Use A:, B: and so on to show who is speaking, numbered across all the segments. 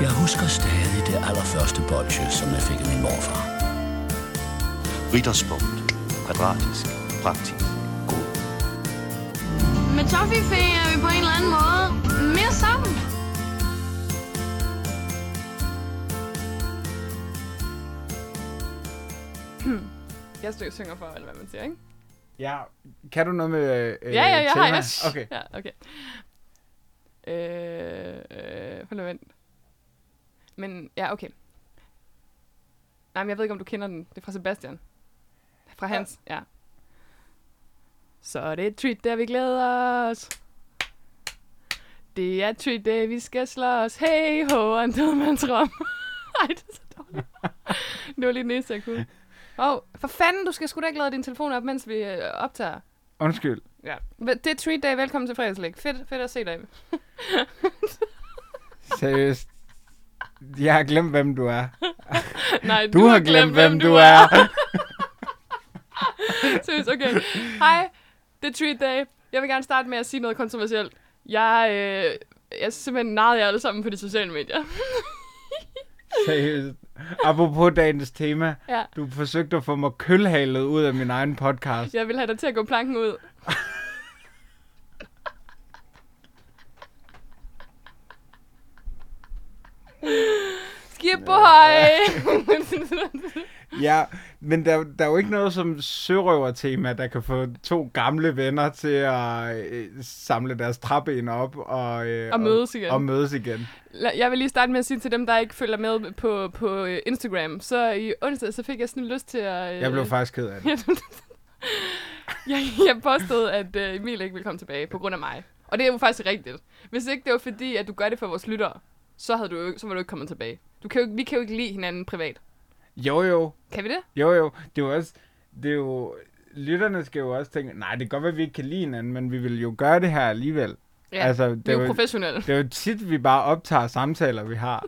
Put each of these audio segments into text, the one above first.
A: Jeg husker stadig det allerførste bolsje, som jeg fik af min morfar.
B: Ritterspunkt. Kvadratisk. Praktisk. God.
C: Med Toffifee er vi på en eller anden måde mere sammen.
D: Jeg stø- synger for, eller hvad man siger, ikke?
E: Ja, kan du noget med øh,
D: ja, ja, jeg har
E: tema?
D: jeg.
E: Okay.
D: Ja, okay. Øh, øh, hold da vent. Men, ja, okay. Nej, men jeg ved ikke, om du kender den. Det er fra Sebastian. Fra Hans, ja. Så er det et treat, der vi glæder os. Det er et treat, der vi skal slås. Hey, ho, og en dødmandsrom. Ej, det er så dårligt. det var lige den eneste, jeg kunne. Åh, oh, for fanden, du skal sgu da ikke lade din telefon op, mens vi øh, optager.
E: Undskyld.
D: Ja. Vel- Det er treat day. Velkommen til fredagslæg. Fedt, fedt at se dig.
E: Seriøst. Jeg har glemt, hvem du er.
D: Nej,
E: Du, du har, glemt, hvem du er.
D: Seriøst, okay. Hej, det er treat day. Jeg vil gerne starte med at sige noget kontroversielt. Jeg, øh, jeg simpelthen narrede jer alle sammen på de sociale medier.
E: Seriøst. Apropos dagens tema.
D: Ja.
E: Du forsøgte at få mig kølhalet ud af min egen podcast.
D: Jeg vil have dig til at gå planken ud. Skib på høj!
E: Ja, men der, der er jo ikke noget som sørøvertema, der kan få to gamle venner til at øh, samle deres træben op og, øh,
D: Og mødes igen.
E: Og mødes igen.
D: La- Jeg vil lige starte med at sige til dem, der ikke følger med på, på øh, Instagram. Så i onsdag, så fik jeg sådan lyst til at... øh,
E: Jeg blev faktisk ked af det.
D: jeg, jeg påstod, at øh, Emil ikke ville komme tilbage på grund af mig. Og det er jo faktisk rigtigt. Hvis ikke det var fordi, at du gør det for vores lyttere, så, havde du, jo ikke- så var du ikke kommet tilbage. Du kan jo, ikke- vi kan jo ikke lide hinanden privat.
E: Jo, jo.
D: Kan vi det?
E: Jo, jo. Det er jo også... Det er jo, lytterne skal jo også tænke, nej, det kan godt være, at vi ikke kan lide hinanden, men vi vil jo gøre det her alligevel.
D: Ja,
E: Altså,
D: vi er
E: var-
D: jo professionelle.
E: Det er jo tit, vi bare optager samtaler, vi har,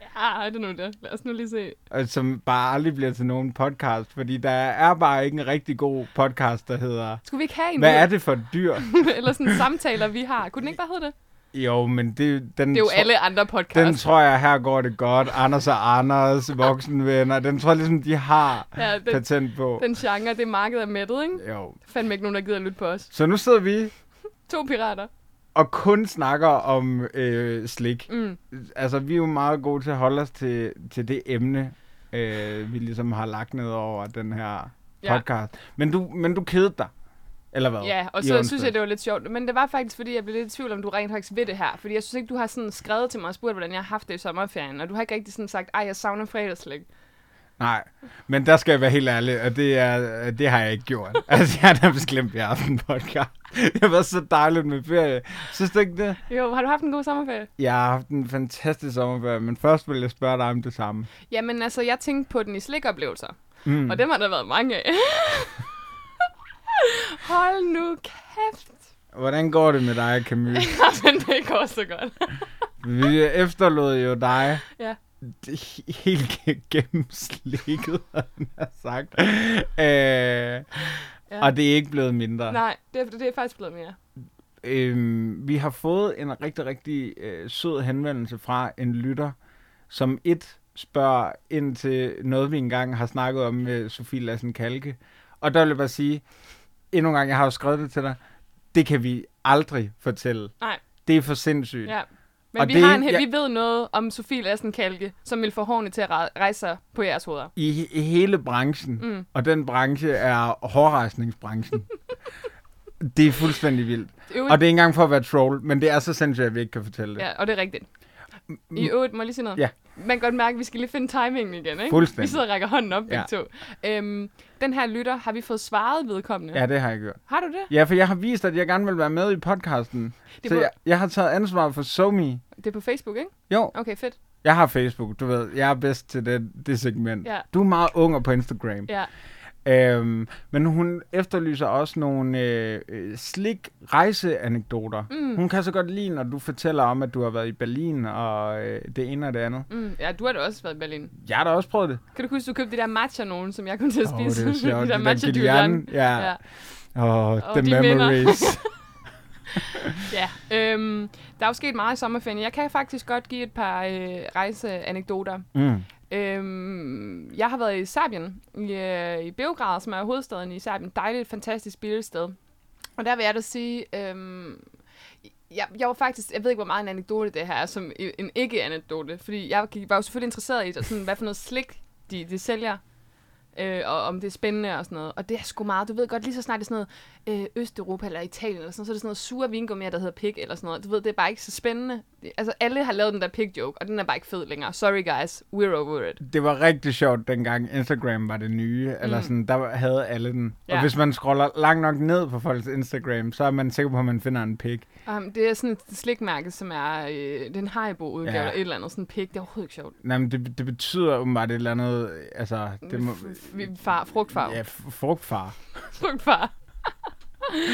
D: Ja, det er nu det. Lad os nu lige se.
E: og som bare aldrig bliver til nogen podcast, fordi der er bare ikke en rigtig god podcast, der hedder...
D: Skulle vi ikke have en
E: Hvad
D: nu?
E: er det for et dyr?
D: Eller sådan samtaler, vi har. Kunne den ikke bare hedde det?
E: Jo, men det, den,
D: Det er jo
E: tro-
D: alle andre podcasts.
E: den tror jeg, her går det godt. Anders og Anders, voksenvenner, den tror jeg ligesom, de har
D: Ja,
E: ja,
D: den-
E: den, patent på.
D: Den
E: Den...
D: genre, det marked er mættet, ikke?
E: Jo.
D: Fandme ikke nogen, der gider at lytte på os.
E: Så nu sidder vi
D: To pirater.
E: og kun snakker om øh, slik.
D: Mm.
E: Altså, vi er jo meget gode til at holde os til, til det emne, øh, vi ligesom har lagt ned over den her
D: Ja.
E: podcast. Men du, men du kedede dig, eller hvad?
D: Ja, og
E: i
D: så
E: onsdags?
D: synes jeg, det var lidt sjovt. Men det var faktisk, fordi jeg blev lidt i tvivl, om du rent faktisk ved det her. Fordi jeg synes ikke, du har sådan skrevet til mig og spurgt, hvordan jeg har haft det i sommerferien. Og du har ikke rigtig sådan sagt, ej, jeg savner fredagslæg.
E: Nej, men der skal jeg være helt ærlig, og det, er, det har jeg ikke gjort. altså, jeg har nærmest glemt, at jeg har haft en podcast. Det var så dejligt med ferie. Synes du ikke det?
D: Jo, har du haft en god sommerferie?
E: Jeg har haft en fantastisk sommerferie, men først vil jeg spørge dig om det samme.
D: Jamen altså, jeg tænkte på den i slikoplevelser.
E: Mm.
D: Og dem har der været mange af. Hold nu kæft.
E: Hvordan går det med dig, Camille?
D: Men det går så godt.
E: Vi efterlod jo dig
D: Ja.
E: det- helt ge- gennemslikket, havde jeg nær sagt. Øh,
D: Ja.
E: Og det er ikke blevet mindre.
D: Nej, det er, det er faktisk blevet mere.
E: Øhm, vi har fået en rigtig, rigtig øh, sød henvendelse fra en lytter, som et spørger ind til noget, vi engang har snakket om med Sofie Lassen Kalke. Og der vil jeg bare sige, endnu en gang, jeg har jo skrevet det til dig, det kan vi aldrig fortælle.
D: Nej.
E: Det er for sindssygt.
D: Ja. Men
E: Og
D: vi,
E: det
D: har
E: er
D: en,
E: en-
D: he-
E: ja.
D: vi ved noget om Sofie Lassen Kalke, som vil få hårene til at re- rejse sig på jeres hoveder.
E: i, i hele branchen,
D: Mm.
E: mm. og den branche er hårrejsningsbranchen. det er fuldstændig vildt.
D: Øvrigt,
E: Og det er ikke engang for at være troll, men det er så sindssygt, at vi ikke kan fortælle det.
D: Ja, og det er rigtigt. I øvrigt, må jeg lige sige noget?
E: Ja.
D: Man kan godt mærke, at vi skal lige finde timingen igen, ikke?
E: Fuldstændig.
D: Vi sidder og rækker hånden op, begge
E: Ja.
D: to. Øhm, den her lytter, har vi fået svaret vedkommende?
E: Ja, det har jeg gjort.
D: Har du det?
E: Ja, for jeg har vist, at jeg gerne vil være med i podcasten.
D: Det
E: så
D: må-
E: jeg, jeg har taget ansvar for SoMe.
D: Det er på Facebook, ikke?
E: Jo,
D: Okay, fedt.
E: jeg har Facebook, du ved. Jeg er bedst til det, det segment.
D: Ja.
E: Du er meget ung og på Instagram.
D: Ja.
E: Øhm, men hun efterlyser også nogle øh, øh, slik rejseanekdoter. Mm. Hun kan så godt lide, når du fortæller om, at du har været i Berlin og øh, det ene og det andet.
D: Mm, ja, du har da også været i Berlin.
E: Jeg har da også prøvet det.
D: Kan du huske, du købte de der matcha nogen, som jeg kom til at
E: Åh,
D: spise?
E: det er sjovt.
D: de der
E: Det der
D: matcha
E: Gillian. Ja.
D: ja.
E: Åh, oh,
D: Åh,
E: the
D: de minder.
E: memories.
D: Ja, øhm, der er jo sket meget i sommerferien. Jeg kan faktisk godt give et par øh, rejseanekdoter.
E: Mm.
D: Øhm, jeg har været i Serbien, i, øh, i Beograd, som er hovedstaden i Serbien. Dejligt, fantastisk billedsted. Og der vil jeg da sige, øhm, jeg, jeg var faktisk, jeg ved ikke, hvor meget en anekdote det her er, som i- en ikke-anekdote, fordi jeg gik- var jo selvfølgelig interesseret i, det, sådan, hvad for noget slik de, de sælger, øh, og om det er spændende og sådan noget. Og det er sgu meget, du ved godt, lige så snart det er sådan noget øh, Østeuropa eller Italien eller sådan noget, så er det sådan noget sure vingummier, der hedder pig eller sådan noget. Du ved, det er bare ikke så spændende. Det- Altså, alle har lavet den der pig joke, og den er bare ikke fed længere. Sorry guys, we're over it.
E: Det var rigtig sjovt, dengang Instagram var det nye, mm. eller sådan, der var- havde alle den. Ja.
D: Ja.
E: Og hvis man scroller langt nok ned på folks Instagram, så er man sikker på, at man finder en pik.
D: Um, det er sådan et slikmærke, som er øh, den Haribo-udgave
E: Ja.
D: ja. eller et eller andet, sådan pig. Det er overhovedet ikke sjovt.
E: Nej, men det, det betyder åbenbart et eller andet, øh, altså, det må...
D: F- Far, frugtfarve.
E: Ja, f- frugtfar.
D: frugtbar.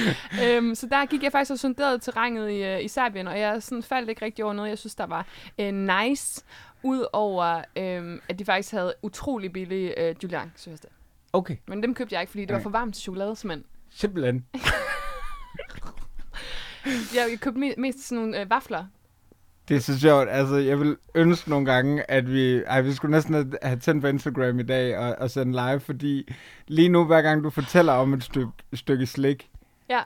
D: øhm, så der gik jeg faktisk og sonderede terrænet i, øh, i Serbien, og jeg sådan faldt ikke rigtig over noget, jeg synes, der var øh, nice, udover øhm, at de faktisk havde utrolig billige øh, Julian, synes jeg.
E: Okay,
D: Men dem købte jeg ikke, fordi det var
E: Nej.
D: for varmt til chokolade, simpelthen.
E: simpelthen.
D: Jeg, jeg købte me- mest sådan nogle øh, vafler.
E: Det er så sjovt. Altså, jeg vil ønske nogle gange, at vi... Ej, vi skulle næsten have- have tændt på Instagram i dag og, og sende live, fordi lige nu, hver gang du fortæller om et stykke, stykke slik,
D: Ja.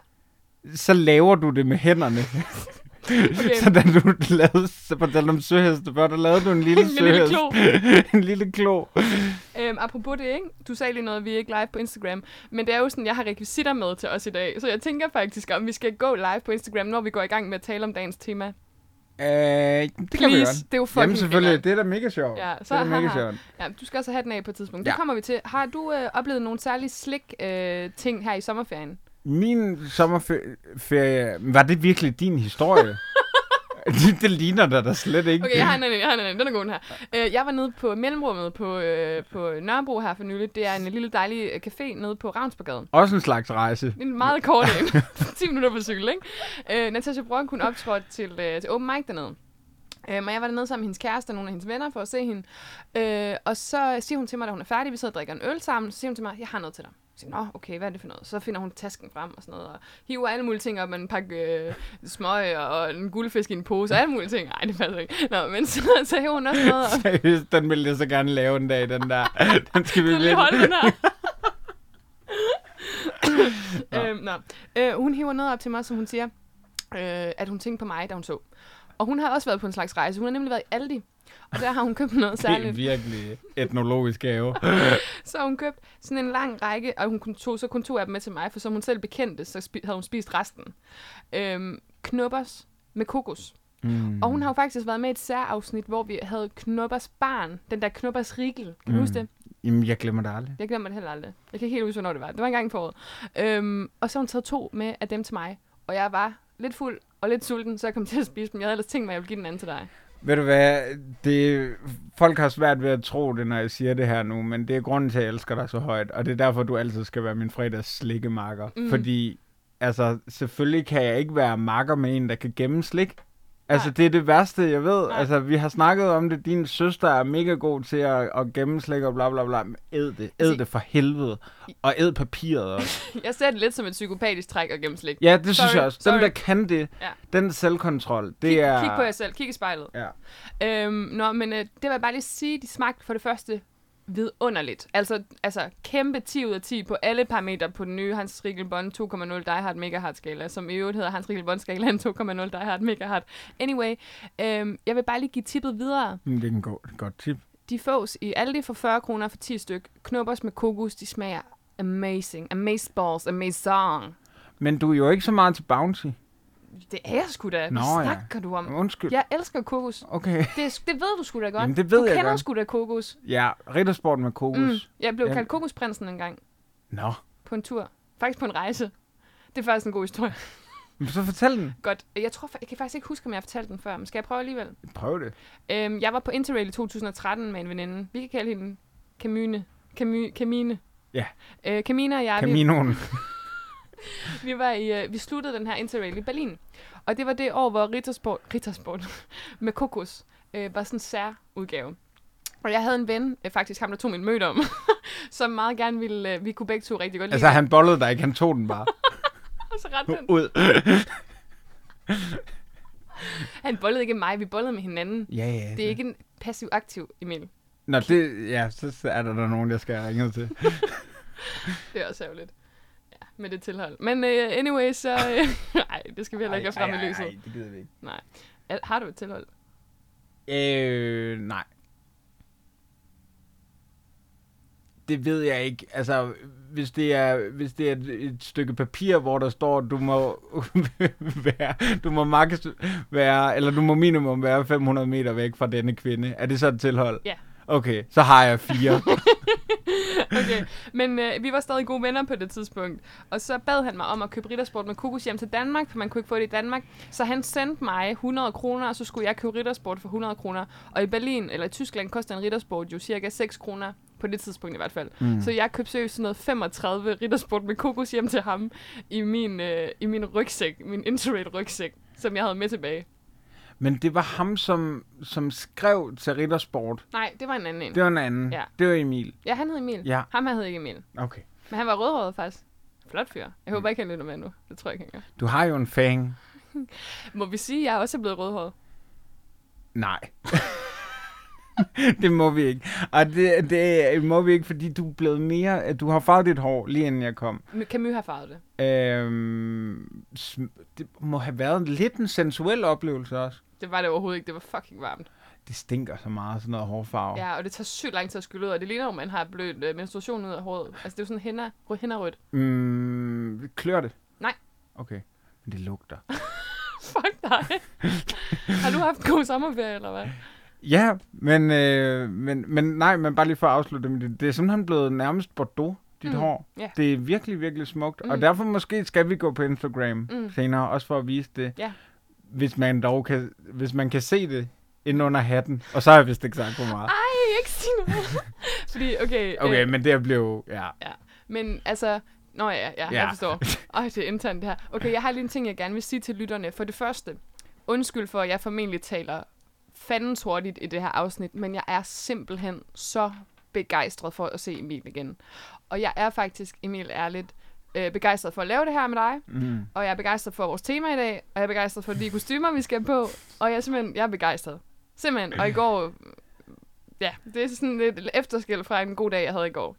E: så laver du det med hænderne. Okay. så da du lavede, så fortalte om søheste før, der lavede du en lille
D: En lille
E: søhest.
D: klo.
E: en lille klo.
D: Øhm, apropos det, ikke? Du sagde lige noget, vi er ikke live på Instagram. Men det er jo sådan, jeg har rekvisitter med til os i dag. Så jeg tænker faktisk, om vi skal gå live på Instagram, når vi går i gang med at tale om dagens tema.
E: Øh, det kan vi
D: Please,
E: godt.
D: det er jo fucking
E: Jamen selvfølgelig,
D: grineren.
E: det er da mega sjovt.
D: Ja,
E: det
D: så
E: er da mega
D: haha.
E: sjovt.
D: Ja, du skal også have den af på et tidspunkt. Ja.
E: Ja.
D: Det kommer vi til. Har du øh, oplevet nogle særlige slik øh, ting her i sommerferien?
E: Min sommerferie... Var det virkelig din historie? det, det ligner dig da slet ikke.
D: Okay, jeg har en anden, jeg har en anden. Den er god, den her. Øh, jeg var nede på mellemrummet på, øh, på Nørrebro her for nylig. Det er en lille dejlig øh, café nede på Ravnsborgade.
E: Også en slags rejse.
D: Det er en meget kort en. 10 minutter på cykel, ikke? Øh, Natasha Brock, hun optrådte til, øh, til Open Mic dernede. Øhm, og jeg var dernede sammen med hendes kæreste og nogle af hendes venner for at se hende. Øh, og så siger hun til mig, da hun er færdig, vi sidder og drikker en øl sammen, så siger hun til mig, jeg har noget til dig. Jeg siger, nå, okay, hvad er det for noget? Så finder hun tasken frem og sådan noget, og hiver alle mulige ting op, en pakke øh, smøg og en guldfisk i en pose, og alle mulige ting. Nej, det passer ikke. Nå, men så, så hiver hun også noget op.
E: Seriøst, den ville jeg så gerne lave en dag, den der. Den skal vi
D: Så lige
E: vinde.
D: holde den her. øhm, nå. Øh, hun hiver noget op til mig, som hun siger, øh, at hun tænkte på mig, da hun så. Og hun har også været på en slags rejse. Hun har nemlig været i Aldi. Og der har hun købt noget
E: Det er
D: særligt.
E: virkelig etnologisk have.
D: Så har hun købt sådan en lang række, og hun kun tog så kun to af dem med til mig, for som hun selv bekendte, så spi- havde hun spist resten. Øhm, knubbers med kokos.
E: Mm.
D: Og hun har jo faktisk været med i et særafsnit, hvor vi havde knubbers barn. Den der knubbers rigel. Kan
E: Mm.
D: du huske det?
E: Jamen, jeg glemmer det aldrig.
D: Jeg glemmer det heller aldrig. Jeg kan ikke helt huske, hvornår det var. Det var engang i foråret. Øhm, og så har hun taget to med af dem til mig. Og jeg var lidt fuld og lidt sulten, så jeg kom til at spise dem. Jeg havde ellers tænkt mig, at jeg ville give den anden til dig.
E: Ved du hvad, det, folk har svært ved at tro det, når jeg siger det her nu, men det er grunden til, at jeg elsker dig så højt, og det er derfor, du altid skal være min fredags slikkemarker. Mm. Fordi, altså, selvfølgelig kan jeg ikke være marker med en, der kan gemme slik. Altså,
D: Nej.
E: det er det værste, jeg ved.
D: Nej.
E: Altså, vi har snakket om det. Din søster er mega god til at, at gemme slik og bla bla bla. Men æd det. Æd
D: Altså,
E: det for helvede. Og æd papiret også.
D: Jeg ser det lidt som et psykopatisk træk at gemme slik.
E: Ja, det synes
D: Sorry,
E: jeg også. Dem,
D: sorry.
E: der kan det,
D: Ja.
E: den selvkontrol, det
D: Kig,
E: er...
D: kig på jer selv. Kig i spejlet.
E: Ja.
D: Øhm, nå, men øh, det vil jeg bare lige sige, de smagte for det første vidunderligt. Altså, altså kæmpe 10 ud af 10 på alle parametre på den nye Hans Riegelbond 2.0 Die Hard Mega Hard skala, som i øvrigt hedder Hans Riegelbond skalaen 2.0 Die Hard Mega Hard. Anyway, øhm, jeg vil bare lige give tippet videre.
E: Mm, Det er en god, et godt tip.
D: De fås i Aldi for 40 kroner for 10 styk. Knoppers med kokos, de smager amazing. Amazeballs, amazing.
E: Men du er jo ikke så meget til bounty.
D: Det er jeg sgu da. Nå,
E: Nå, ja.
D: Hvad snakker du om?
E: Undskyld.
D: Jeg elsker kokos.
E: Okay.
D: Det, er- det ved du sgu da godt.
E: Jamen, det ved
D: du
E: jeg
D: kender
E: godt.
D: sgu da kokos.
E: Ja, riddersport med
D: Mm.
E: kokos.
D: Jeg blev
E: Ja.
D: kaldt kokosprinsen en gang
E: Mm. Nå.
D: på en tur. Faktisk på en rejse. Det er faktisk en god historie.
E: Men så fortæl den.
D: Godt. Jeg tror, fa- jeg kan faktisk ikke huske, om jeg har fortalt den før, men skal jeg prøve alligevel?
E: Prøv det.
D: Øhm, jeg var på Interrail i 2013 med en veninde. Vi kan kalde hende Camine. Camy- Camine.
E: Ja.
D: Øh, Camina og jeg, vi,
E: Caminoen.
D: vi, var i, øh, vi sluttede den her Interrail i Berlin. Og det var det år, hvor Rittersport, Rittersport med kokos øh, var sådan en særudgave. Og jeg havde en ven, øh, faktisk ham, der tog min møde om, som meget gerne ville, øh, vi kunne begge to rigtig godt lide.
E: altså, han bollede dig ikke. Han tog den bare
D: Og så rent den.
E: ud.
D: Han bollede ikke mig, vi bollede med hinanden.
E: Ja, ja.
D: Det er ikke en passiv-aktiv, Emil.
E: Nå, det, ja, så så er der, der nogen, jeg skal ringe til.
D: Det er også ærgerligt. Ja, med det tilhold. Men uh, anyway, så... Nej, det skal vi heller ikke have frem i lyset.
E: Nej, det gider vi ikke.
D: Nej. Er- Har du et tilhold?
E: Øh, nej. Det ved jeg ikke. Altså, hvis det er, hvis det er et, et stykke papir, hvor der står, du må være, du må max være, eller du må minimum være 500 meter væk fra denne kvinde. Er det så et tilhold?
D: Ja.
E: Okay, så har jeg fire.
D: Okay, men øh, vi var stadig gode venner på det tidspunkt. Og så bad han mig om at købe riddersport med kokos hjem til Danmark, for man kunne ikke få det i Danmark. Så han sendte mig 100 kroner, og så skulle jeg købe riddersport for 100 kroner. Og i Berlin, eller i Tyskland, koster en riddersport jo cirka 6 kroner. På det tidspunkt i hvert fald. Mm. Så jeg købte seriøst sådan noget 35 riddersport med kokos hjem til ham i min, øh, i min rygsæk, min interrail rygsæk, som jeg havde med tilbage.
E: Men det var ham, som, som skrev til Rittersport.
D: Nej, det var en anden en.
E: Det var en anden.
D: Ja.
E: Det var Emil.
D: Ja, han hed Emil.
E: Ja.
D: Ham her hed ikke Emil.
E: Okay.
D: Men han var rødhåret faktisk. Flot fyr. Jeg håber ikke, han lytter med nu. Det tror jeg ikke, han gør.
E: Du har jo en fang.
D: Må vi sige, at jeg også er blevet rødhåret?
E: Nej. det må vi ikke. Og det, det må vi ikke, fordi du er blevet mere... at Du har farvet dit hår, lige inden jeg kom.
D: M- Camus har farvet det.
E: Øhm, sm- det må have været lidt en sensuel oplevelse også.
D: Det var det overhovedet ikke. Det var fucking varmt.
E: Det stinker så meget, sådan noget hårfarve.
D: Ja, og det tager sygt lang tid at skylle ud, og det ligner jo, man har blødt øh, menstruation ud af håret. Altså, det er jo sådan hænder, rød hænder rødt.
E: Mm, klør det?
D: Nej.
E: Okay. Men det lugter.
D: Fuck dig. har du haft en god sommerferie, eller hvad?
E: Ja, men, øh, men, men nej, men bare lige for at afslutte med det. Det er simpelthen blevet nærmest Bordeaux, dit
D: Mm,
E: mm. hår.
D: ja.
E: Det er virkelig, virkelig smukt. Mm. Og
D: Mm.
E: derfor måske skal vi gå på Instagram
D: Mm.
E: mm. senere, også for at vise det.
D: Ja.
E: Hvis man dog kan, hvis man kan se det ind under hatten. Og så har jeg vist ikke sagt for meget.
D: Ej, ikke sige noget. Fordi, okay... øh,
E: Okay, men det blev, ja.
D: Men altså... Nå ja, ja, ja,
E: Ja.
D: jeg forstår. Øj, det er internt det her. Okay, jeg har lige en ting, jeg gerne vil sige til lytterne. For det første, undskyld for, at jeg formentlig taler fandens hurtigt i det her afsnit, men jeg er simpelthen så begejstret for at se Emil igen. Og jeg er faktisk, Emil, ærligt, øh, begejstret for at lave det her med dig,
E: Mm.
D: og jeg er begejstret for vores tema i dag, og jeg er begejstret for de kostymer, vi skal på, og jeg er simpelthen, jeg er begejstret. Simpelthen. Og i går, øh, ja, det er sådan lidt efterskæld fra en god dag, jeg havde i går.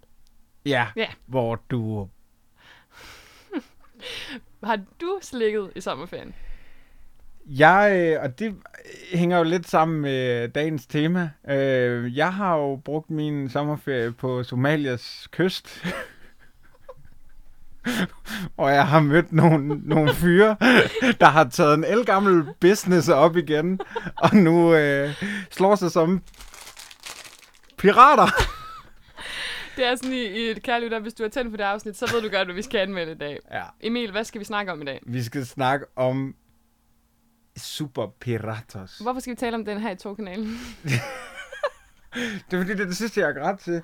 E: Ja,
D: Ja.
E: hvor du...
D: Har du slikket i sommerferien?
E: Jeg, øh, og det hænger jo lidt sammen med dagens tema. Øh, jeg har jo brugt min sommerferie på Somalias kyst. og jeg har mødt nogle, nogle fyre, der har taget en elgammel business op igen, og nu øh, slår sig som pirater.
D: Det er sådan i, i et kærligt, at hvis du har tændt på det afsnit, så ved du godt, hvad vi skal anmelde i dag.
E: Ja,
D: Emil, hvad skal vi snakke om i dag?
E: vi skal snakke om superpiratos.
D: Hvorfor skal vi tale om den her i togkanalen?
E: Det er fordi, det er det sidste, jeg har grædt til.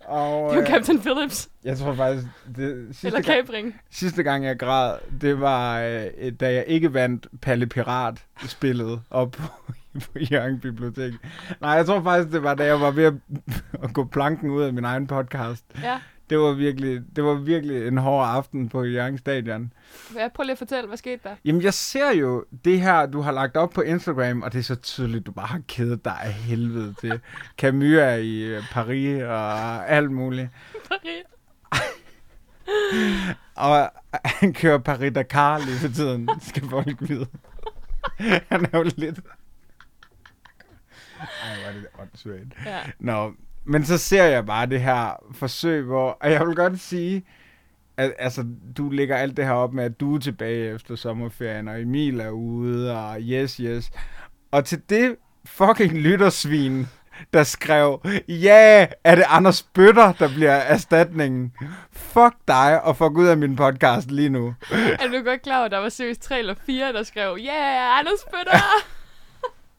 E: Og,
D: Det er jo
E: øh,
D: Captain Phillips,
E: Jeg tror faktisk, det
D: eller
E: sidste, gang,
D: Capring.
E: sidste gang jeg græd, det var, øh, da jeg ikke vandt Palle Pirat-spillet op på, på Jørgen Bibliotek. Nej, jeg tror faktisk, det var, da jeg var ved at, at gå planken ud af min egen podcast.
D: Ja,
E: Det var virkelig, det var virkelig en hård aften på Jørgen Stadion.
D: ja, prøv lige at fortælle, hvad skete der?
E: Jamen, jeg ser jo det her, du har lagt op på Instagram, og det er så tydeligt, du bare har kedet dig af helvede til. Camus er i øh, Paris og alt muligt.
D: Maria.
E: Og han kører Paris-Dakar lige for tiden, skal folk vide. Han er jo lidt... Ej, hvor er det åndssvagt.
D: Ja.
E: Nå, men så ser jeg bare det her forsøg, hvor... Og jeg vil godt sige, at altså, du lægger alt det her op med, at du er tilbage efter sommerferien, og Emil er ude, og yes, yes. Og til det fucking lyttersvin, der skrev, ja, er det Anders Bøtter, der bliver erstatningen? Fuck dig, og fuck ud af min podcast lige nu.
D: Er du godt klar over, at der var seriøst 3 eller 4, der skrev, ja, yeah, Anders Bøtter!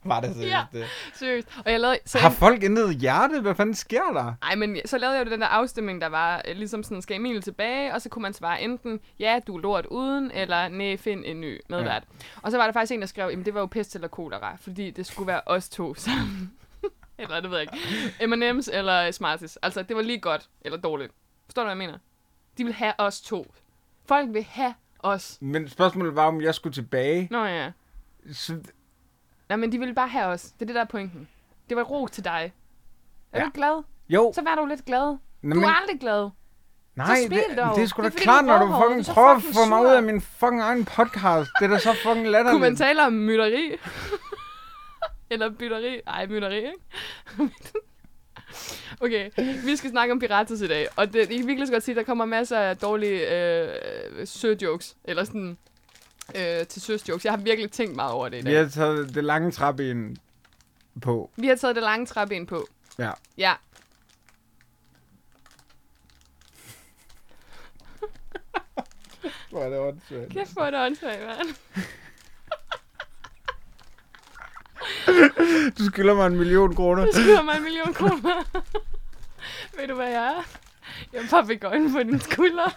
E: Var det seriøst
D: Ja.
E: ja. det?
D: seriøst. Og jeg lavede... Så
E: Har folk intet hjerte? Hvad fanden sker der?
D: Ej, men så lavede jeg jo den der afstemning, der var øh, ligesom sådan, skal Emil tilbage? Og så kunne man svare enten, ja, du er lort uden, eller nej, find en ny medvært. Ja. Og så var der faktisk en, der skrev, jamen det var jo pest eller kolera, fordi det skulle være os to sammen. eller det ved jeg ikke. M&M's eller Smarties. Altså, det var lige godt eller dårligt. Forstår du, hvad jeg mener? De vil have os to. Folk vil have os.
E: Men spørgsmålet var, om jeg skulle tilbage.
D: Nå ja.
E: Så,
D: Nej, men de ville bare have os. Det er det, der er pointen. Det var ro til dig. Er
E: Ja.
D: ja. du glad?
E: jo,
D: Så vær du lidt glad.
E: Nå,
D: du
E: men-
D: er aldrig glad.
E: nej,
D: smil
E: det,
D: dog.
E: det er sgu da
D: Det er, fordi
E: klart,
D: du er
E: når du
D: rødhåret,
E: fucking
D: så
E: prøver at
D: fucking
E: få mig
D: sur.
E: ud af min fucking egen podcast. Det er da så fucking latterligt.
D: Kunne man tale om mytteri? Eller bytteri? Ej, mytteri, ikke? okay, vi skal snakke om pirates i dag. Og det, I kan virkelig så godt sige, at der kommer masser af dårlige øh, søjokes. Eller sådan øh, til søsjokes. Jeg har virkelig tænkt meget over det i dag.
E: Vi har taget det lange træben på.
D: Vi har taget det lange træben på.
E: Ja.
D: Ja.
E: Hvor er det åndssvagt.
D: Kæft, hvor er det åndssvagt, mand.
E: Du skylder mig en million kroner.
D: Du skylder mig en million kroner. Ved du, hvad jeg er? Jeg er papegøjen på din skulder.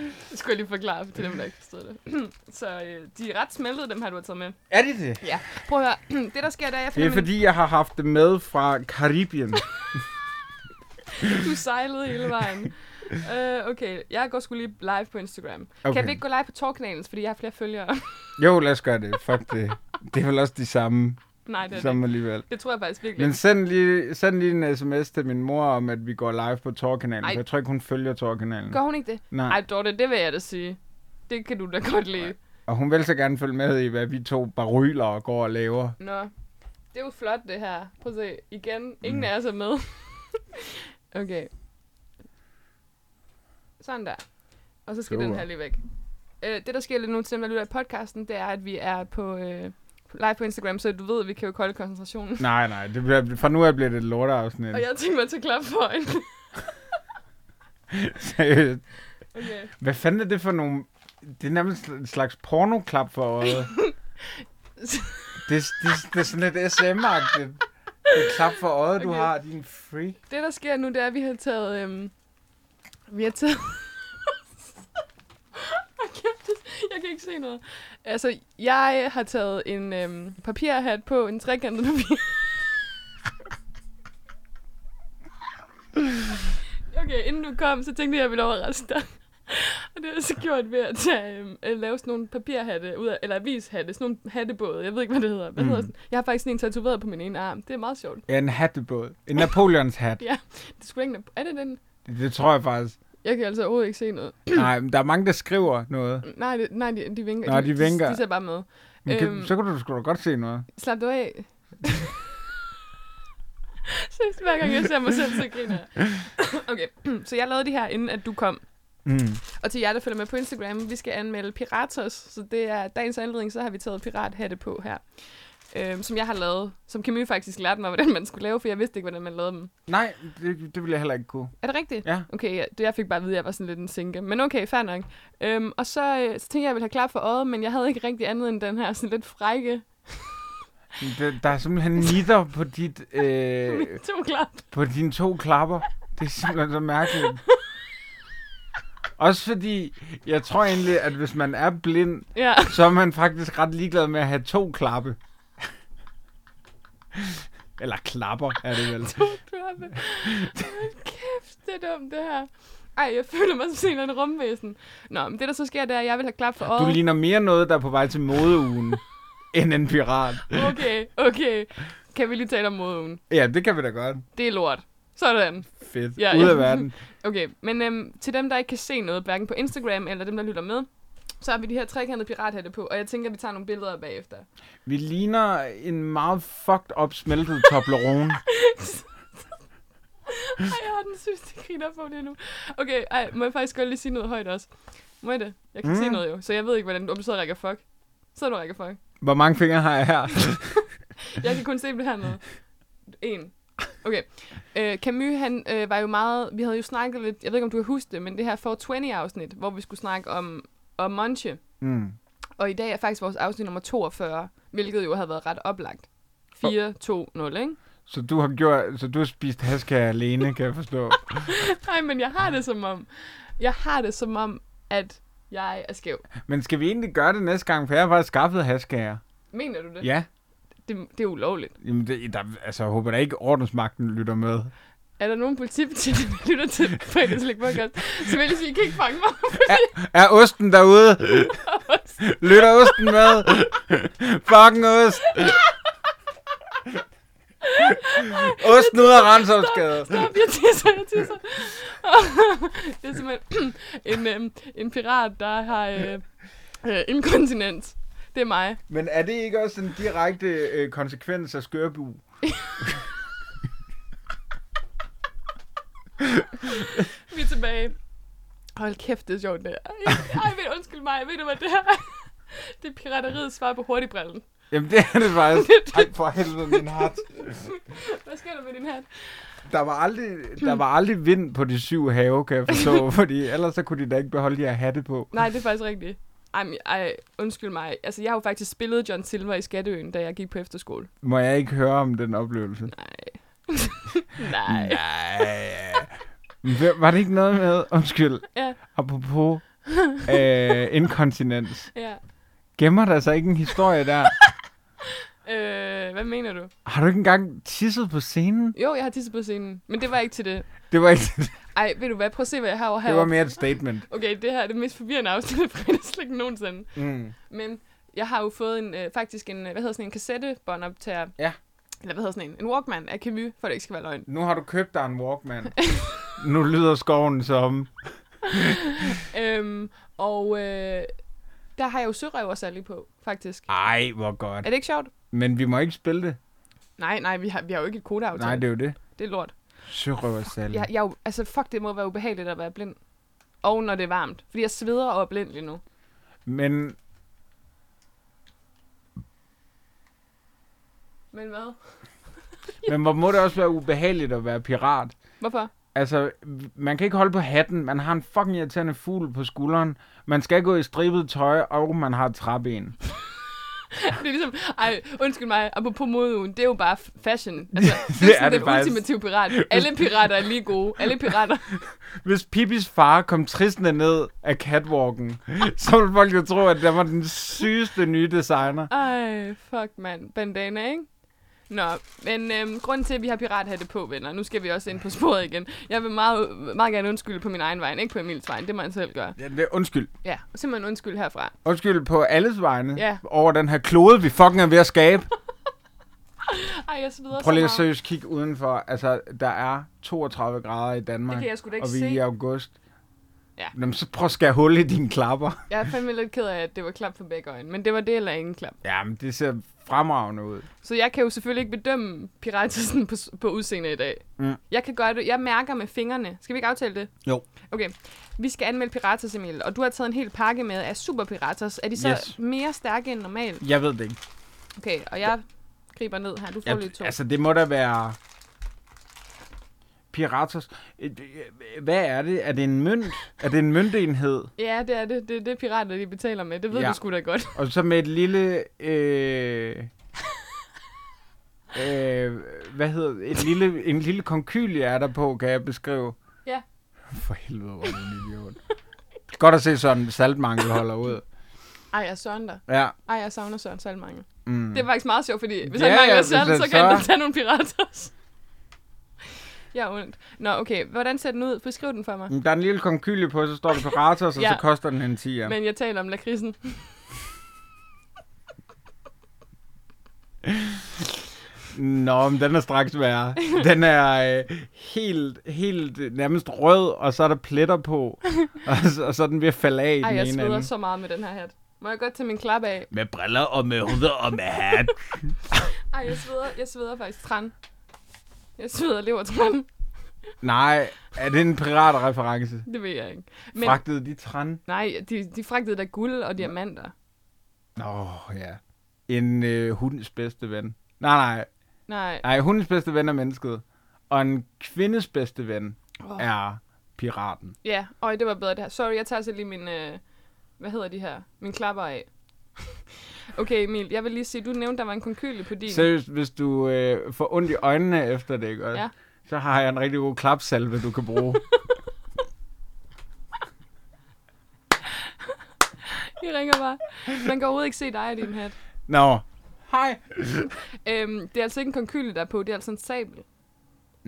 D: det skulle jeg lige forklare til dem, der ikke forstod det. Så øh, de er ret smeltede, dem her, du har taget med.
E: Er det det?
D: Ja. Prøv at høre. det, der sker, der er,
E: Det er
D: finder
E: fordi, jeg har haft det med fra Karibien.
D: du sejlede hele vejen. Uh, okay, jeg går sgu lige live på Instagram. Okay.
E: Okay.
D: Kan vi ikke gå live på Torkanalen, fordi jeg har flere følgere?
E: Jo, lad os gøre det. Fuck det. Det er vel også de samme,
D: Nej, det er det.
E: som alligevel.
D: Det tror jeg faktisk virkelig.
E: Men send lige, send lige en sms til min mor om, at vi går live på Tor-kanalen,
D: Ej.
E: for jeg tror ikke, hun følger Tor-kanalen.
D: Gør hun ikke det?
E: Nej.
D: Ej, Dorte, det vil jeg da sige. Det kan du da godt lide.
E: Og hun vil så gerne følge med i, hvad vi to baryler og går og laver.
D: Nå, det er jo flot det her. Prøv at se, igen, ingen mm. af os er med. okay. Sådan der. Og så skal
E: Super.
D: den her lige væk. Øh, det, der sker lidt nu til dem, der lytter i podcasten, det er, at vi er på øh, live på Instagram, så du ved, at vi kan jo kolde koncentrationen.
E: Nej, nej, det bliver, fra nu af bliver det et lorteafsnit.
D: Og jeg tænkte mig til klap for en.
E: Seriøst.
D: okay.
E: Hvad fanden er det for nogle... Det er nærmest en slags pornoklap for øjet. det, det, det er sådan lidt SM-agtigt. Det er et klap for øjet, okay. du
D: Okay.
E: har, din freak.
D: Det, der sker nu, det er, at vi har taget... Øhm, vi har taget... Hold kæft, det- jeg kan ikke se noget. Altså, jeg har taget en øhm, papirhat på, en trekantet papir. okay, inden du kom, så tænkte jeg, at jeg ville overraske dig. Og det har jeg så gjort ved at tage, øhm, at lave sådan nogle papirhatte, ud af, eller avishatte, sådan nogle hattebåde. Jeg ved ikke, hvad det hedder. Hvad mm. hedder sådan? Jeg har faktisk sådan en tatoveret på min ene arm. Det er meget sjovt.
E: Ja, en hattebåd. En Napoleons hat.
D: Ja, det skulle ikke... Er det den?
E: Det, det tror jeg faktisk.
D: Jeg kan altså overhovedet ikke se noget.
E: Nej, men der er mange, der skriver noget.
D: Nej, det, nej de, de vinker.
E: Nå, de vinker.
D: De, de ser bare med.
E: Men kan,
D: Øhm.
E: så kunne du sgu da godt se noget.
D: Slap du af. Seriøst, hver gang jeg ser mig selv, så griner jeg. Okay, så jeg lavede det her, inden at du kom.
E: Mm.
D: Og til jer, der følger med på Instagram, vi skal anmelde Piratos. Så det er dagens anledning, så har vi taget pirathatte på her. Øhm, som jeg har lavet. Som Camille faktisk lærte mig, hvordan man skulle lave, for jeg vidste ikke, hvordan man lavede dem.
E: Nej, det, det ville jeg heller ikke kunne.
D: Er det rigtigt?
E: Ja.
D: Okay, ja, det, jeg fik bare at vide, at jeg var sådan lidt en sinke. Men okay, fair nok. Øhm, og så, øh, så tænkte jeg, at jeg ville have klar for øjet, men jeg havde ikke rigtig andet end den her sådan lidt frække
E: Der, der er simpelthen nitter på, dit, øh,
D: to klap.
E: på dine to klapper. Det er simpelthen så mærkeligt. Også fordi, jeg tror egentlig, at hvis man er blind,
D: Ja.
E: så er man faktisk ret ligeglad med at have to klappe. Eller klapper, er det vel.
D: Klappe. Hold Kæft, det er dumt, det her. Ej, jeg føler mig som sådan en eller anden rumvæsen. Nå, men det der så sker, det er, at jeg vil have klap for
E: Du
D: øjet.
E: ligner mere noget, der er på vej til modeugen, end en pirat.
D: Okay, okay. Kan vi lige tale om moden?
E: Ja, det kan vi da godt.
D: Det er lort. Sådan.
E: Fedt.
D: Ja,
E: Ja, Ud
D: ja.
E: af verden.
D: Okay, men øhm, til dem, der ikke kan se noget, hverken på Instagram eller dem, der lytter med, så har vi de her trekantede pirathatte på, og jeg tænker, at vi tager nogle billeder af bagefter.
E: Vi ligner en meget fucked up smeltet Toblerone.
D: Ej, jeg har den sygeste griner på lige nu. Okay, ej, må jeg faktisk godt lige sige noget højt også? Må jeg det? Jeg kan mm. se
E: Mm.
D: noget jo, så jeg ved ikke, hvordan du sidder og rækker fuck. Sidder du og rækker fuck?
E: Hvor mange fingre har jeg her?
D: Jeg kan kun se det her noget. En. Okay. Øh, Camus, han øh, var jo meget... Vi havde jo snakket lidt... Jeg ved ikke, om du kan huske det, men det her 420-afsnit, hvor vi skulle snakke om, om Monche.
E: Mm.
D: Og i dag er faktisk vores afsnit nummer 42, hvilket jo havde været ret oplagt. 4, 2, 0, ikke?
E: Så du har gjort, så du har spist haska alene, kan jeg forstå.
D: Nej, men jeg har det som om... Jeg har det som om, at jeg er skæv.
E: Men skal vi egentlig gøre det næste gang, for jeg har faktisk skaffet haskager.
D: Mener du det?
E: Ja.
D: Det, det er ulovligt.
E: Jamen, det, der, altså, jeg håber da ikke, ordensmagten lytter med.
D: Er der nogen politibetjente, der lytter til fredagslæg podcast, så vil jeg sige, I kan ikke fange mig.
E: Er osten derude?
D: også.
E: Lytter osten med. Fucking ost. Osten ud af Ransomsgade.
D: Stop, jeg tisser, jeg tisser. det er simpelthen en, øhm, en pirat, der har øh, øh, inkontinens. Det er mig.
E: Men er det ikke også en direkte øh, konsekvens af skørbu?
D: Vi er tilbage. Hold kæft, det er sjovt, det her. Ej, ved, undskyld mig. Ved du, hvad det er? Det er pirateriet svar på hurtigbrillen.
E: Jamen det er det faktisk. Ej, for helvede, min hat.
D: Hvad sker der med din hat?
E: Der var aldrig, der var aldrig vind på de syv have, kan jeg forstå, fordi ellers så kunne de da ikke beholde jer hatte på.
D: Nej, det er faktisk rigtigt. Ej, men- ej, undskyld mig. Altså, jeg har jo faktisk spillet John Silver i Skatteøen, da jeg gik på efterskole.
E: Må jeg ikke høre om den oplevelse?
D: Nej.
E: Men hvem- Var det ikke noget med, undskyld,
D: Ja,
E: apropos øh, inkontinens?
D: ja.
E: Gemmer der sig ikke en historie der?
D: Øh, hvad mener du?
E: Har du ikke engang tisset på scenen?
D: Jo, jeg har tisset på scenen, men det var ikke til det.
E: Det var, ikke,
D: Ej, ved du hvad? Prøv at se, hvad jeg har over
E: det var
D: heroppe.
E: mere et statement.
D: Okay, det her er det mest forvirrende afsnit af fredagslæg nogensinde.
E: Mm.
D: Men jeg har jo fået en, øh, faktisk en, øh, hvad hedder sådan en kassettebåndoptager.
E: Ja.
D: Eller hvad hedder sådan en? En Walkman af Camus, for at det ikke skal være løgn.
E: Nu har du købt dig en Walkman. nu lyder skoven som...
D: Øhm, og øh, der har jeg jo sørøversalg på, faktisk.
E: Ej, hvor godt.
D: Er det ikke sjovt?
E: Men vi må ikke spille det.
D: Nej, nej, vi har, vi har jo ikke et kodeaftale.
E: Nej, det er jo det.
D: det er lort.
E: Sørøversal.
D: Jeg, jeg, er jo- altså, fuck, det må være ubehageligt at være blind. Og når det er varmt. Fordi jeg sveder og er blind lige nu.
E: Men
D: Men hvad?
E: Men hvor må det også være ubehageligt at være pirat?
D: Hvorfor?
E: Altså, man kan ikke holde på hatten, man har en fucking irriterende fugl på skulderen, man skal gå i stribet tøj, og man har et træben.
D: Det er ligesom, ej, undskyld mig, og på modeugen, det er jo bare f- fashion. Altså, det, det
E: Det er
D: er, sådan,
E: det
D: den
E: faktisk.
D: ultimative pirat. Alle pirater er lige gode. Alle pirater.
E: Hvis Pippis far kom tristende ned af catwalken, så ville folk jo tro, at der var den sygeste nye designer.
D: Ej, fuck mand. Bandana, ikke? Nå, men øhm, grunden til, at vi har pirathatte på, venner, nu skal vi også ind på sporet igen. Jeg vil meget, meget gerne undskylde på min egen vej, ikke på Emils vej. Det må han selv gøre.
E: Ja, det- Undskyld.
D: Ja, simpelthen undskyld herfra.
E: Undskyld på alles vegne
D: Ja.
E: over den her klode, vi fucking er ved at skabe.
D: Ej, jeg sveder
E: Prøv lige at
D: så meget.
E: seriøst kigge udenfor. Altså, der er 32 grader i Danmark.
D: Det kan jeg sgu da ikke
E: Og vi er
D: se.
E: i august.
D: Ja.
E: Jamen, så prøv at skære hul i dine klapper.
D: Jeg er fandme lidt ked af, at det var klap for begge øjne, men det var det eller ingen klap.
E: Jamen, det ser fremragende ud.
D: Så jeg kan jo selvfølgelig ikke bedømme piratisen på, på udseende i dag.
E: Mm.
D: Jeg kan gøre det. Jeg mærker med fingrene. Skal vi ikke aftale det?
E: Jo.
D: Okay. Vi skal anmelde piratas, Emil, og du har taget en hel pakke med af superpiratas. Er de så
E: Yes.
D: mere stærke end normalt?
E: Jeg ved det ikke.
D: Okay, og jeg griber ned her. Du får lige to.
E: altså, det må da være... Piratos. Øh, øh, Hvad er det? Er det en mønt? Er det en møntenhed?
D: Ja, det er det. Det er det, pirater de betaler med. Det ved
E: Ja.
D: ja. du sgu da godt.
E: Og så med et lille... Øh, øh, hvad hedder det? et lille, En lille konkylie er der på, kan jeg beskrive.
D: Ja.
E: For helvede, hvor er du en idiot. Godt at se sådan en saltmangel holder ud.
D: Ej, jeg søren dig.
E: Ja.
D: Ej, jeg savner Søren Salmangel.
E: Mm.
D: Det er faktisk meget sjovt, fordi hvis
E: Ja,
D: ja, han
E: ja,
D: mangler
E: hvis han
D: sand, så kan han da
E: så-
D: tage nogle piratas. Jeg er ondt. Nå, okay. Hvordan ser den ud? Beskriv den for mig.
E: Der er en lille konkylie på, så står der Piratos, og
D: Ja.
E: så koster den en 10'er.
D: Men jeg taler om lakridsen.
E: Nå, men den er straks værre. Den er øh, helt, helt øh, nærmest rød, og så er der pletter på, og, så- og så er den ved at falde af i
D: Ej,
E: den
D: jeg
E: ene
D: sveder
E: ende.
D: så meget med den her hat. Må jeg godt tage min klap af?
A: Med briller og med hoved og med hat.
D: Ej, jeg sveder, jeg sveder faktisk træn. Jeg sveder levertræn.
E: Nej, er det en piratreference?
D: Det ved jeg ikke. Men
E: Men... Fragtede de træn?
D: nej, de, de fragtede der guld og diamanter.
E: Nå, ja. En øh, hundens bedste ven. Nej, nej.
D: Nej,
E: Nej, hundens bedste ven er mennesket. Og en kvindes bedste ven
D: Åh.
E: er piraten.
D: ja, øj, det var bedre det her. Sorry, jeg tager så lige min, øh, hvad hedder de her, min klapper af. Okay, Emil, jeg vil lige sige, du nævnte, der var en konkylie på din.
E: Seriøst, hvis du øh, får ondt i øjnene efter det, ikke? også?
D: Ja.
E: så har jeg en rigtig god klapsalve, du kan bruge.
D: Jeg ringer bare. Man kan overhovedet ikke se dig i din hat.
E: Nå. Hej.
D: Øhm, det er altså ikke en konkylie, der er på, det er altså en sabel.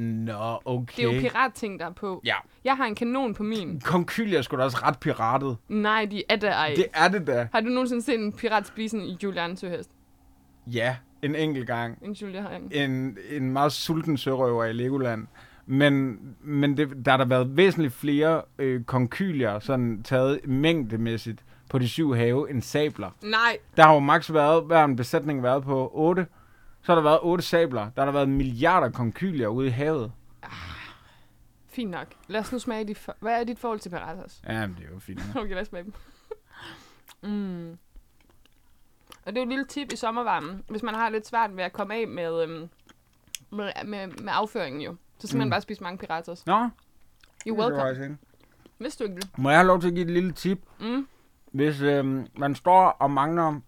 E: Nå, okay.
D: Det er jo piratting, der er på.
E: Ja.
D: Jeg har en kanon på min.
E: Kong Kylie er sgu da også ret piratet.
D: Nej, de er der ej.
E: Det er det da.
D: Har du nogensinde set en pirat spise en Julian Søhest?
E: Ja, en enkelt gang.
D: En Julian?
E: En, en meget sulten sørøver i Legoland. Men, men det, der har der været væsentligt flere øh, konkylier, sådan taget mængdemæssigt på de syv have, end sabler.
D: Nej.
E: Der har jo maks været, hvad har en besætning været på? 8. Så har der været 8 sabler. Der har der været milliarder konkylier ude i havet.
D: Fint nok. Lad os nu smage de... For... Hvad er dit forhold til piratas?
E: Jamen, det er jo fint.
D: Okay, lad os smage dem. mm. Og det er jo et lille tip i sommervarmen. Hvis man har lidt svært ved at komme af med, øhm, med, med, med afføringen jo, så skal mm. man
E: Mm.
D: bare spise mange piratas.
E: Nå,
D: You're welcome. Hvis du ikke vil.
E: Må jeg have lov til at give et lille tip?
D: Mm.
E: Hvis øhm, man står og mangler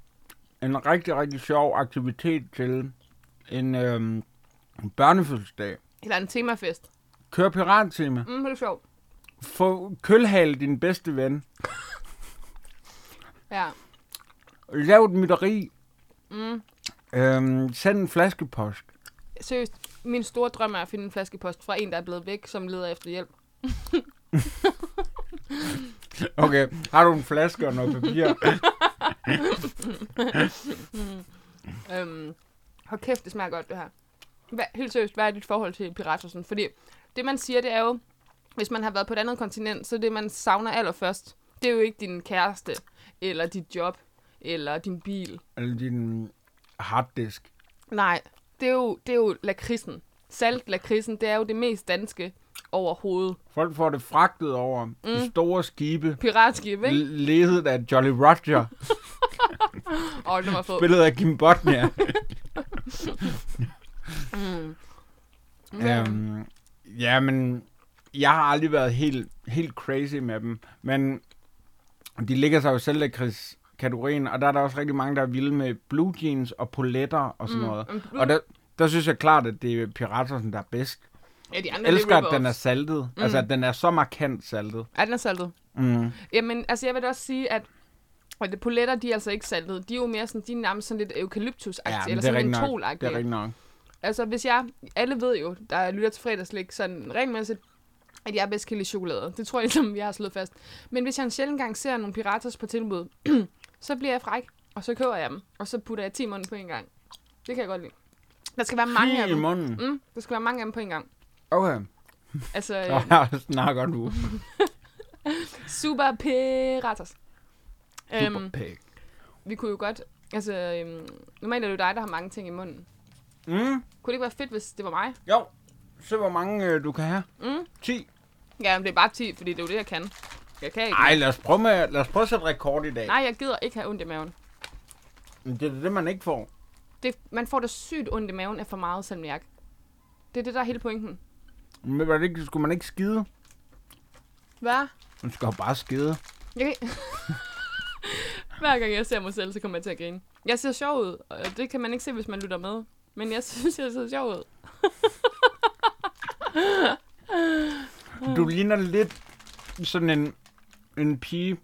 E: en rigtig, rigtig sjov aktivitet til en øhm, børnefødselsdag,
D: Eller en temafest.
E: kør pirattime.
D: Mm, hvor er det sjovt.
E: Få kølhale din bedste ven.
D: Ja.
E: Lav et mytteri.
D: Mm.
E: Øhm, send en flaskepost.
D: Seriøst, min store drøm er at finde en flaskepost fra en, der er blevet væk, som leder efter hjælp.
E: Okay, har du en flaske og noget papir?
D: Øhm, hold kæft, det smager godt, det her. Hvad, helt seriøst, hvad er dit forhold til piratersen? Fordi det, man siger, det er jo, hvis man har været på et andet kontinent, så det, man savner allerførst, det er jo ikke din kæreste, eller dit job, eller din bil.
E: Eller din harddisk.
D: Nej, det er jo, det er jo lakridsen. Salt lakridsen, det er jo det mest danske overhovedet.
E: Folk får det fragtet over mm. de store skibe,
D: Piratskib, ikke?
E: l- ledet af Jolly Roger,
D: Åh, oh, det var fedt.
E: spillet af Kim Bodnia.
D: Mm.
E: Øhm, ja, men jeg har aldrig været helt, helt crazy med dem, men de ligger sig jo selv i kris kategorien, og der er der også rigtig mange, der er vilde med blue jeans og poletter og sådan mm, noget.
D: men blue-
E: Og der, der synes jeg klart, at det er Piratersen, der er bedst.
D: Ja, de andre,
E: Jeg elsker, at
D: det
E: den er saltet. Mm. Altså, at den er så markant saltet.
D: Ja, den er saltet.
E: Mm.
D: Jamen, altså jeg vil da også sige, at at det poletter, de er altså ikke saltede. De er jo mere sådan, de er nærmest sådan lidt eukalyptus ja,
E: men
D: eller
E: det er
D: Altså, sådan
E: rigtig nok.
D: mentol
E: Det er rigtig nok.
D: Altså hvis jeg, alle ved jo, der lytter til fredagslik sådan regelmæssigt, at jeg bedst kan lide chokolade. Det tror jeg ligesom, jeg har slået fast. Men hvis jeg en sjældent gang ser nogle piratas på tilbud, så bliver jeg fræk, og så køber jeg dem, og så putter jeg 10 munden på en gang. Det kan jeg godt lide. Der skal være mange af
E: Fy i
D: dem.
E: munden.
D: Mm, der skal være mange af dem på en gang.
E: Okay.
D: Altså,
E: Så
D: øh,
E: snakker du.
D: super piratas.
E: Super
D: Øhm,
E: pæk.
D: vi kunne jo godt... Altså, øhm, normalt er det jo dig, der har mange ting i munden.
E: Mm.
D: Kunne det ikke være fedt, hvis det var mig?
E: Jo. Se, hvor mange øh, du kan have.
D: Mm.
E: 10.
D: Ja, men det er bare 10, fordi det er jo det, jeg kan. Jeg kan ikke.
E: Ej, lad os prøve, med, lad os prøve at sætte rekord i dag.
D: Nej, jeg gider ikke have ondt i maven.
E: Men Det er det, man ikke får.
D: Det, man får da sygt ondt i maven af for meget salmiak. Det er det, der er hele pointen.
E: Men var det ikke, skulle man ikke skide?
D: Hvad?
E: Man skal jo bare skide.
D: Jeg kan... Hver gang jeg ser mig selv, så kommer jeg til at grine. Jeg ser sjov ud, og det kan man ikke se, hvis man lytter med. Men jeg synes, jeg ser sjov ud. Mm.
E: Du ligner lidt sådan en, en pige,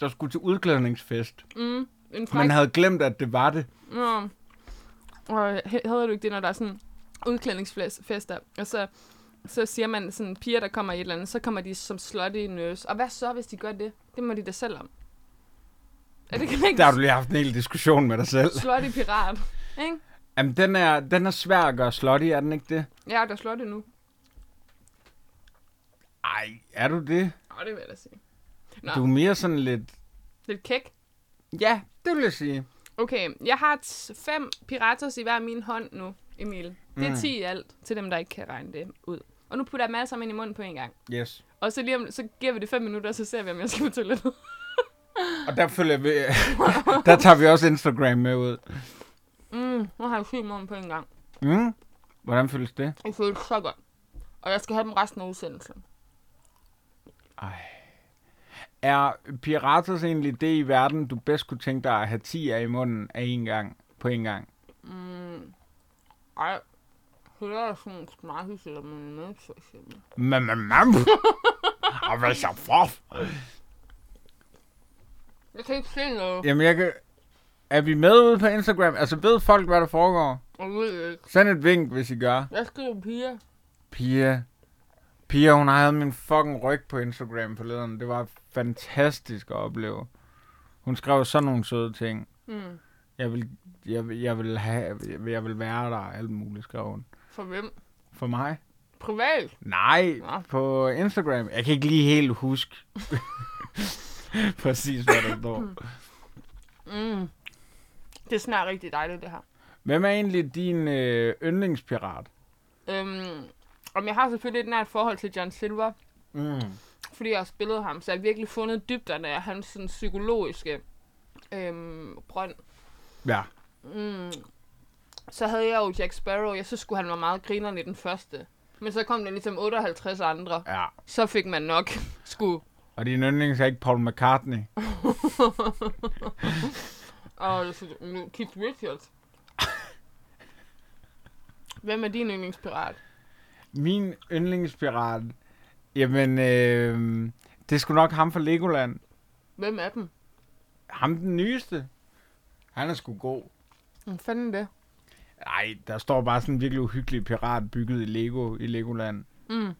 E: der skulle til udklædningsfest.
D: Mm, en fræk...
E: Man havde glemt, at det var det.
D: Nå. Og havde du ikke det, når der er sådan udklædningsfester, og så, så siger man sådan, piger, der kommer i et eller andet, så kommer de som slutty nurse. Og hvad så, hvis de gør det? Det må de da selv om. Er det kan ikke
E: Der har du lige haft en hel diskussion med dig selv.
D: slutty pirat, ikke?
E: Jamen, den er, den er svær at gøre slutty, er den ikke det?
D: Ja, der slår det nu.
E: Ej, er du det?
D: Nå, det vil jeg da sige. Nå,
E: Du er mere sådan lidt...
D: lidt kæk.
E: Ja, det vil jeg sige.
D: Okay, jeg har t- fem piratas i hver min hånd nu, Emil. Det er
E: Mm.
D: 10 i alt, til dem, der ikke kan regne det ud. Og nu putter jeg dem alle sammen ind i munden på en gang.
E: Yes.
D: Og så lige om, så giver vi det 5 minutter, og så ser vi, om jeg skal på toilettet.
E: Og der følger vi... der tager vi også Instagram med ud.
D: Mm, nu har jeg syv måneder på en gang.
E: Mm? Hvordan føles det?
D: Det føles så godt. Og jeg skal have dem resten af udsendelsen.
E: Er Piratas egentlig det i verden, du bedst kunne tænke dig at have 10 af i munden af en gang, på en gang?
D: Mm. Ej, hellere er sådan en smartis eller mayonnaise, for eksempel.
E: Men, men, men. Og hvad så for?
D: Jeg kan ikke se noget.
E: Jamen, jeg kan... Er vi med ude på Instagram? Altså, ved folk, hvad der foregår?
D: Jeg ved ikke.
E: Send et vink, hvis I gør.
D: Jeg skriver piger.
E: Pia. Pia, hun havde min fucking ryg på Instagram forleden. Det var fantastisk at opleve. Hun skrev sådan nogle søde ting.
D: Mm.
E: Jeg vil, jeg, vil- jeg vil, have, jeg vil- jeg vil være der, og alt muligt, skrev hun.
D: For hvem?
E: For mig?
D: Privat?
E: Nej,
D: Nå.
E: på Instagram. Jeg kan ikke lige helt huske præcis, hvad der står.
D: Mm. Det er snart rigtig dejligt, det her.
E: Hvem er egentlig din øh, yndlingspirat?
D: Øhm, og jeg har selvfølgelig et nært forhold til John Silver,
E: Mm.
D: fordi jeg har spillet ham, så jeg har virkelig fundet dybderne af hans sådan, psykologiske øhm, brønd.
E: Ja.
D: Mm. Så havde jeg jo Jack Sparrow. Jeg synes sgu, han var meget grineren i den første. Men så kom der ligesom 58 andre.
E: ja.
D: Så fik man nok sgu.
E: Og din yndlings er ikke Paul McCartney?
D: Og jeg synes, nu Keith Richards. Hvem er din yndlingspirat?
E: Min yndlingspirat, jamen, øh, det skulle nok ham fra Legoland.
D: Hvem er dem?
E: Ham den nyeste. Han er sgu god.
D: Hvad fanden er det?
E: Nej, der står bare sådan en virkelig uhyggelig pirat bygget i Lego i Legoland.
D: Mm.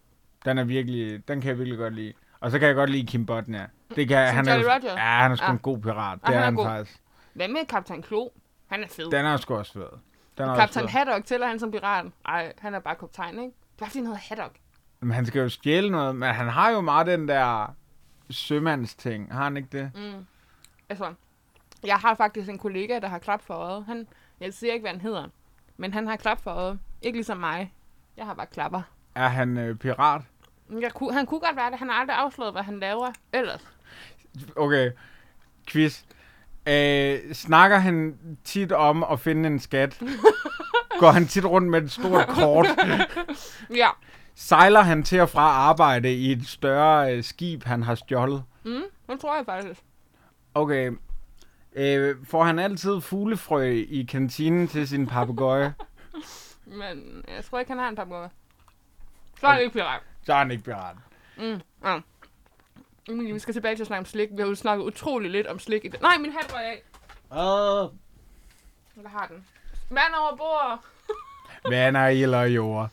E: Den er virkelig, den kan jeg virkelig godt lide. Og så kan jeg godt lide Kim Bodnia. Det kan,
D: Som
E: han er,
D: Jolly Roger?
E: ja, han er sgu
D: Ja.
E: en god pirat.
D: Ja,
E: Det
D: han
E: er
D: er
E: han
D: god.
E: faktisk.
D: Hvad med Kaptajn Klo? Han er fed.
E: Den er sgu også fed. Den er
D: Kaptajn
E: også fed.
D: Haddock tæller han som pirat. Nej, han er bare kaptajn, ikke? Det var fordi, han hedder Haddock.
E: Men han skal jo stjæle noget, men han har jo meget den der sømandsting. Har han ikke det?
D: Mm. Altså, jeg har faktisk en kollega, der har klap for øjet. Han, jeg siger ikke, hvad han hedder, men han har klap for øjet. Ikke ligesom mig. Jeg har bare klapper.
E: Er han øh, pirat?
D: Men Jeg kunne, han kunne godt være det. Han har aldrig afsløret, hvad han laver ellers.
E: Okay, quiz. Øh, snakker han tit om at finde en skat? Går han tit rundt med et stort kort?
D: Ja,
E: Sejler han til og fra arbejde i et større øh, skib, han har stjålet?
D: mm, det tror jeg faktisk.
E: Okay. Øh, får han altid fuglefrø i kantinen til sin papegøje?
D: Men jeg tror ikke, han har en papgård. Så er det ikke pirat.
E: Så er han ikke pirat.
D: Mm, ja. Emilie, vi skal tilbage til at snakke om slik. Vi har jo snakket utrolig lidt om slik i dag. Nej, min hat røg af.
E: Åh.
D: Hvad har den? Mand over bordet.
E: Vander, ild og jord.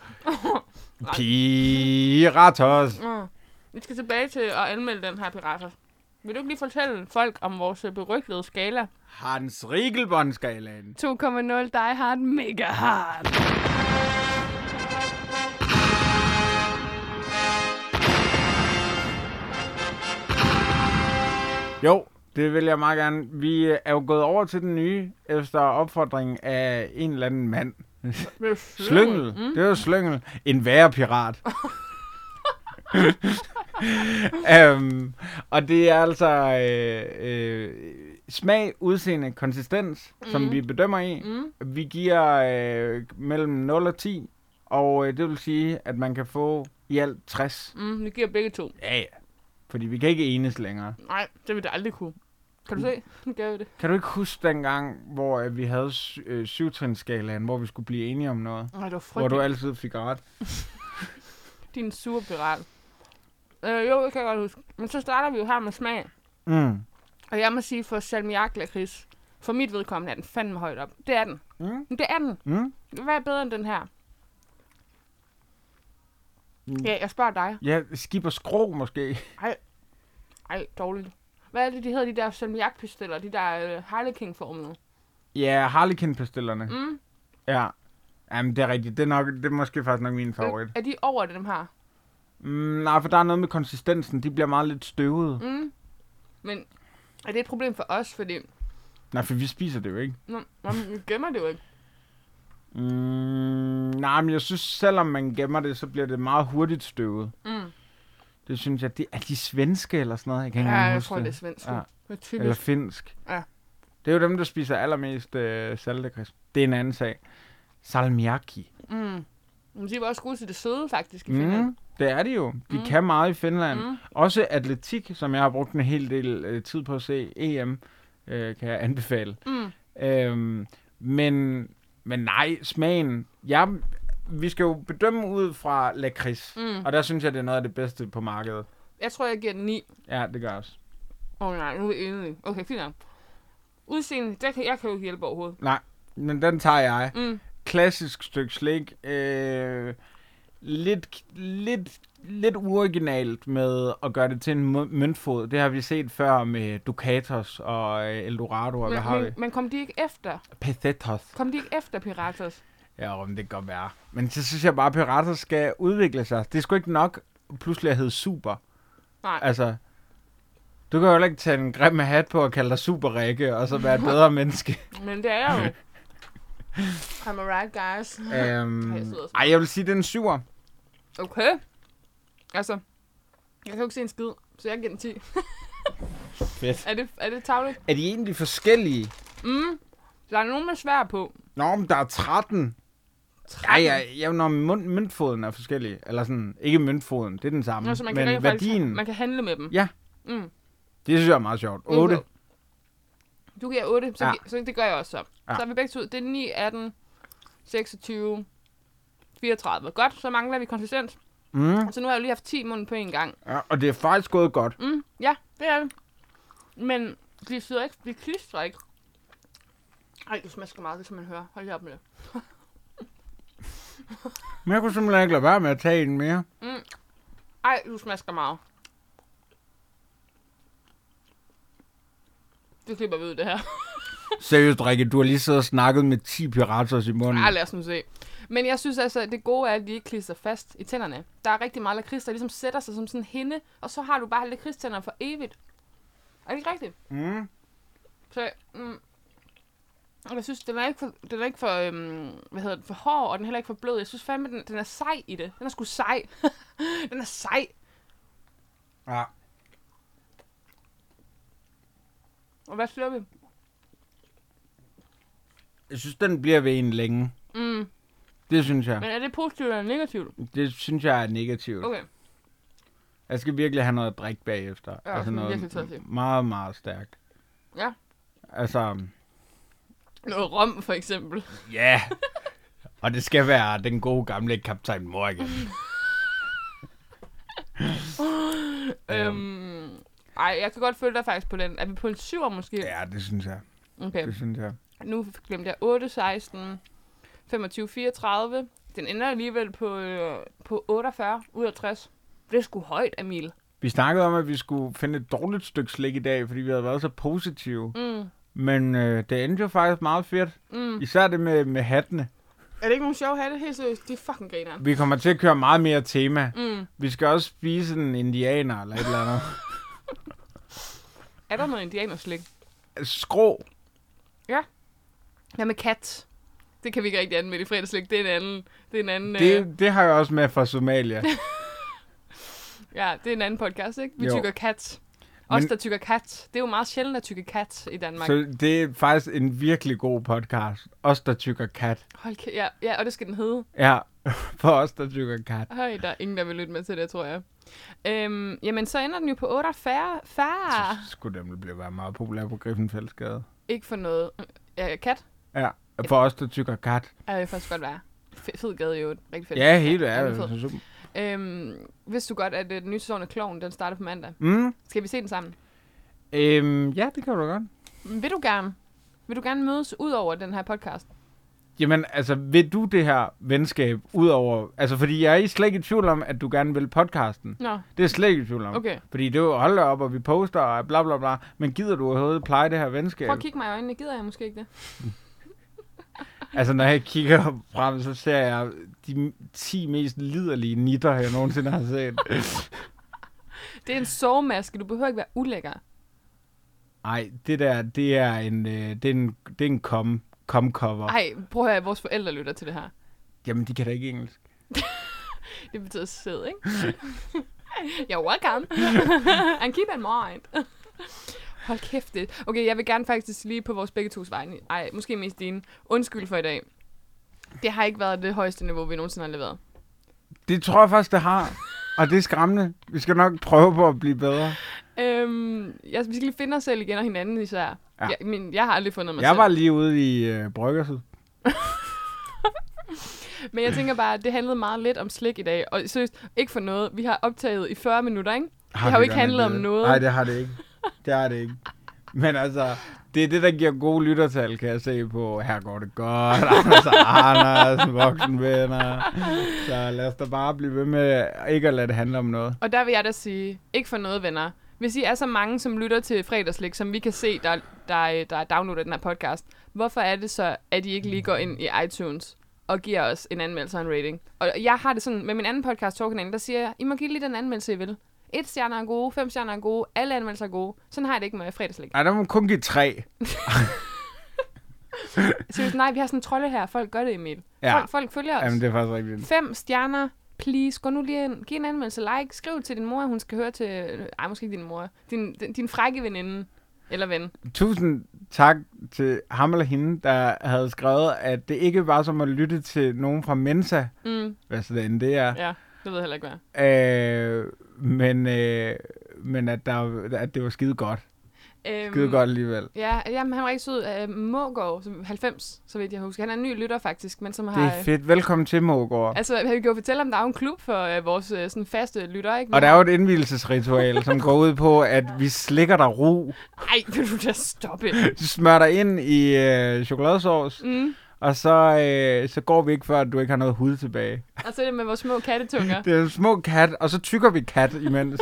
E: Piratos.
D: Mm. Vi skal tilbage til at anmelde den her pirater. Vil du ikke lige fortælle folk om vores øh, berygtede skala? 2,0
E: Hans Riegelbåndskalaen.
D: Die Hard Mega Hard.
E: Jo, det vil jeg meget gerne. Vi øh, er jo gået over til den nye, efter opfordring af en eller anden mand. Slyngel. Mm. Det er jo slyngel. En værre pirat. um, og det er altså øh, øh, smag, udseende, konsistens, mm. som vi bedømmer i. Mm. Vi giver øh, mellem 0 og 10, og øh, det vil sige, at man kan få i alt 60.
D: Mm, vi giver begge to.
E: Ja, ja. Fordi vi kan ikke enes længere.
D: Nej, det vil det aldrig kunne. Kan du
E: Mm.
D: se? Nu gør vi det.
E: Kan du ikke huske dengang, hvor øh, vi havde sy- øh, syvtrinsskalaen, hvor vi skulle blive enige om noget?
D: Nej, det var
E: Hvor
D: frygteligt.
E: du
D: Du er...
E: altid fik ret.
D: Din sure pirat. Øh, jo, det kan jeg godt huske. Men så starter vi jo her med smag.
E: Mm.
D: Og jeg må sige, for salmiak lakrids, for mit vedkommende er den fandme højt op. Det er den.
E: Mm.
D: Men Det er den.
E: Mm.
D: Hvad er bedre end den her?
E: Mm.
D: Ja, jeg spørger dig.
E: Ja, skib og skrå måske.
D: Ej, dårligt. Hvad er det, de hedder, de der salmiakpisteller? De der øh, harleking-formede?
E: Ja, Harlequin-pastillerne.
D: Mm.
E: Ja. Jamen, det er rigtigt. Det er, nok, det er måske faktisk nok min favorit.
D: Er de over dem her?
E: Mm, nej, for der er noget med konsistensen. De bliver meget lidt støvede. Mm.
D: Mm. Men er det et problem for os? Fordi
E: Nej, for vi spiser det jo ikke.
D: nå, nå, men vi gemmer det jo ikke.
E: Mm, nej, men jeg synes, selvom man gemmer det, så bliver det meget hurtigt støvet.
D: Mm.
E: Det synes jeg, det er de svenske eller sådan noget. Jeg kan ikke
D: Ja,
E: engang
D: jeg
E: huske
D: tror, det er svensk.
E: Mm, Ja.
D: Ja. Det er typisk.
E: Eller finsk.
D: Ja.
E: Det er jo dem, der spiser allermest øh, saltekris. Det er en anden sag. Salmiakki.
D: Mm. Men de var også gode til det søde, faktisk, i Finland.
E: Mm, det er de jo. De mm. kan meget i Finland. Mm. Også atletik, som jeg har brugt en hel del øh, tid på at se. EM øh, kan jeg anbefale.
D: Mm.
E: Øhm, men, men nej, smagen. Jeg, vi skal jo bedømme ud fra lakrids.
D: Mm.
E: Og der synes jeg, det er noget af det bedste på markedet.
D: Jeg tror, jeg giver den 9.
E: Ja, det gør jeg også.
D: Åh oh, nej, nu er vi enige. Okay, fint nok. Udseende, der kan, jeg kan jo ikke hjælpe overhovedet.
E: Men den tager jeg.
D: Mm.
E: klassisk stykke slik. Øh, lidt, lidt, lidt uoriginalt med at gøre det til en mø- møntfod. Det har vi set før med Ducatos og øh, Eldorado, og hvad har
D: Men,
E: vi?
D: men, men kom de ikke efter?
E: Pathetos.
D: Kom de ikke efter Piratas?
E: Ja, men det kan godt være. Men så synes jeg bare, at pirater skal udvikle sig. Det er sgu ikke nok pludselig at hedde super.
D: Nej.
E: Altså, du kan jo heller ikke tage en grim hat på og kalde dig super Rikke, og så være et bedre menneske.
D: Men det er jeg jo. I'm alright, guys.
E: øhm,
D: jeg sidder og-
E: ej, jeg vil sige, det er en syver.
D: Okay. Altså, jeg kan jo ikke se en skid, så jeg giver den 10.
E: Fedt.
D: Er det, er det tavligt?
E: Er de egentlig forskellige?
D: Mm. Der er nogen med svær på.
E: Nå, men der er 13. Ej, jeg, jeg, når mund, møntfoden er forskellig. Eller sådan, ikke møntfoden, det er den samme.
D: Nå, så altså, man kan
E: men
D: rent faktisk-
E: værdien,
D: Man kan handle med dem.
E: Ja.
D: Mm.
E: det synes jeg er meget sjovt. 8.
D: Okay. Du giver 8, så,
E: Ja.
D: ja. så det gør jeg også så.
E: Ja.
D: Ja. Så er vi begge to ud. Det er 9, 18, 26, 34. Godt, så mangler vi konsistens.
E: Mm.
D: Så nu har jeg jo lige haft 10 måneder på en gang.
E: Ja, og det er faktisk gået godt.
D: Mm, ja, det er det. Men vi sidder ikke, vi klistrer ikke. Ej, du smasker meget, det skal man høre. Hold lige op med det.
E: Men jeg kunne simpelthen ikke lade være med at tage en mere.
D: Ej, du smasker meget. Det klipper vi ud, det her.
E: Seriøst, Rikke, du har lige siddet og snakket med 10 pirater i munden.
D: Ej, lad os nu se. Men jeg synes altså, at det gode er, at de ikke klister fast i tænderne. Der er rigtig meget lakrids, der ligesom sætter sig som sådan en hinde, og så har du bare lakridstænder for evigt. Er det ikke rigtigt?
E: Mm.
D: Så, mm, jeg synes, den er ikke for, den er ikke for, øhm, hvad hedder den, for hård, og den er heller ikke for blød. Jeg synes fandme, den, den er sej i det. Den er sgu sej. den er sej.
E: Ja.
D: Og hvad siger vi?
E: Jeg synes, den bliver ved en længe.
D: Mm.
E: Det synes jeg.
D: Men er det positivt eller negativt?
E: Det synes jeg er negativt.
D: Okay.
E: Jeg skal virkelig have noget at drikke bagefter. Altså
D: Ja, sådan virkelig tørstig.
E: meget, meget stærkt.
D: Ja.
E: Altså,
D: Noget rom, for eksempel.
E: ja. Yeah. og det skal være den gode gamle kaptajn Morgan.
D: Øhm, ej, jeg kan godt følge dig faktisk på den. Er vi på en syver måske?
E: ja, det synes jeg.
D: Okay.
E: Det synes jeg.
D: Nu glemte jeg 8, 16, 25, 34. Den ender alligevel på, øh, på 48 ud af 60. Det er sgu højt, Emil.
E: Vi snakkede om, at vi skulle finde et dårligt stykke slik i dag, fordi vi havde været så positive.
D: Mm.
E: Men øh, det endte jo faktisk meget fedt.
D: Mm.
E: Især det med, med hattene.
D: Er det ikke nogen sjov hatte? Helt seriøst, de er fucking griner.
E: Vi kommer til at køre meget mere tema.
D: Mm.
E: Vi skal også spise en indianer eller et eller andet.
D: Er der noget indianerslik?
E: Skrå.
D: Hvad med kat? Det kan vi ikke rigtig anmelde i fredagsslik. Det er en anden... Det er en anden øh,
E: Det, det har jeg også med fra Somalia.
D: ja, det er en anden podcast, ikke? Vi
E: Jo.
D: tykker kat.
E: Men-
D: Os, der tykker kat. Det er jo meget sjældent at tykke kat i Danmark.
E: Så det er faktisk en virkelig god podcast. Os, der tykker kat.
D: Hold kæ- ja, ja, og det skal den hedde.
E: Ja, for os, der tykker kat.
D: Høj, der er ingen, der vil lytte med til det, tror jeg. Øhm, jamen, så ender den jo på 48. Færre.
E: Så skulle den blive være meget populær på Griffenfeldsgade.
D: Ikke for noget. Ja, kat
E: Ja, for os, der tykker kat.
D: er det faktisk godt være. F- fed gade jo, rigtig fedt.
E: Ja, helt er
D: den er fed.
E: det. Super.
D: Øhm, vidste du godt, at øh, den nye sæson af Kloven, den starter på mandag?
E: Mm.
D: Skal vi se den sammen?
E: Øhm, ja, det kan du godt.
D: Mm, Vil du gerne? Vil du gerne mødes ud over den her podcast?
E: Jamen, altså, vil du det her venskab ud over... Altså, fordi jeg er slet ikke i tvivl om, at du gerne vil podcasten.
D: Nå,
E: Det er jeg slet ikke i tvivl om.
D: okay.
E: Fordi det er jo, hold da op, og vi poster og bla bla bla. Men gider du overhovedet pleje det her venskab?
D: Prøv at kigge mig i øjnene. Gider jeg måske ikke det?
E: Altså, når jeg kigger frem, så ser jeg de 10 mest liderlige nitter, jeg nogensinde har set.
D: Det er en sovemaske. Du behøver ikke være ulækker.
E: Nej, det der, det er en, øh, det er en, det er en kom, kom cover.
D: Ej, prøv at høre, vores forældre lytter til det her.
E: Jamen, de kan da ikke engelsk.
D: Det betyder sød, ikke? You're welcome. And keep in mind. Hold kæft det. Okay, jeg vil gerne faktisk lige på vores begge tos vegne. Ej, måske mest din. Undskyld for i dag. Det har ikke været det højeste niveau, vi nogensinde har leveret.
E: Det tror jeg faktisk, det har. Og det er skræmmende. Vi skal nok prøve på at blive bedre.
D: Øhm, jeg, vi skal lige finde os selv igen og hinanden især.
E: Ja.
D: Ja. Jeg, men jeg har aldrig fundet mig
E: Jeg
D: selv.
E: var lige ude i øh, bryggerset.
D: Men jeg tænker bare, at det handlede meget lidt om slik i dag. Og seriøst, ikke for noget. Vi har optaget i 40 minutter, ikke? Det har jo ikke handlet om noget.
E: Nej, det har det ikke. Det har det ikke. Men altså, Det er det, der giver gode lyttertal, kan jeg se på. Her går det godt, Anders og Anders, voksenvenner. Så lad os da bare blive ved med ikke at lade det handle om noget.
D: Og der vil jeg da sige, ikke for noget venner. Hvis I er så mange, som lytter til fredagslik, som vi kan se, der, der, øh, der downloader den her podcast, hvorfor er det så, at I ikke lige går ind i iTunes og giver os en anmeldelse og en rating? Og jeg har det sådan, med min anden podcast, Torkanalen, der siger jeg, I må give lige den anmeldelse, I vil. Et stjerner er gode, fem stjerner er gode, alle anmeldelser er gode. Sådan har jeg det ikke med fredagslik.
E: Nej, der må man kun give tre.
D: Seriøst, nej, vi har sådan en trolde her. Folk gør det, Emil.
E: Ja.
D: Folk, folk følger os.
E: Jamen, det er faktisk rigtigt.
D: Fem stjerner, please. Gå nu lige ind. Giv en anmeldelse. Like. Skriv til din mor, at hun skal høre til... øh, Ej, måske ikke din mor. Din, din, din frække veninde. Eller ven.
E: Tusind tak til ham eller hende, der havde skrevet, at det ikke var som at lytte til nogen fra Mensa,
D: Mm,
E: hvad så end det er,
D: ja, det ved jeg heller ikke, hvad.
E: øh, men, øh, men at, der, at det var skide godt.
D: Øhm,
E: Skide godt alligevel.
D: Ja, jamen, han var ikke sød. Øh, Mågaard, som 90, så vidt jeg husker. Han er en ny lytter, faktisk, men som
E: Det
D: har...
E: er fedt. Velkommen til, Mågård.
D: Altså, vi kan jo fortælle om, der er jo en klub for øh, vores øh, sådan faste lytter, ikke?
E: Og der er jo et indvielsesritual, som går ud på, at vi slikker dig ro,
D: Ej, vil du da stoppe?
E: smører dig ind i øh, chokoladesauce,
D: Mm.
E: og så, øh, så går vi ikke, før du ikke har noget hud tilbage.
D: Og så er det med vores små kattetunger.
E: Det er en små kat, og så tykker vi kat imens.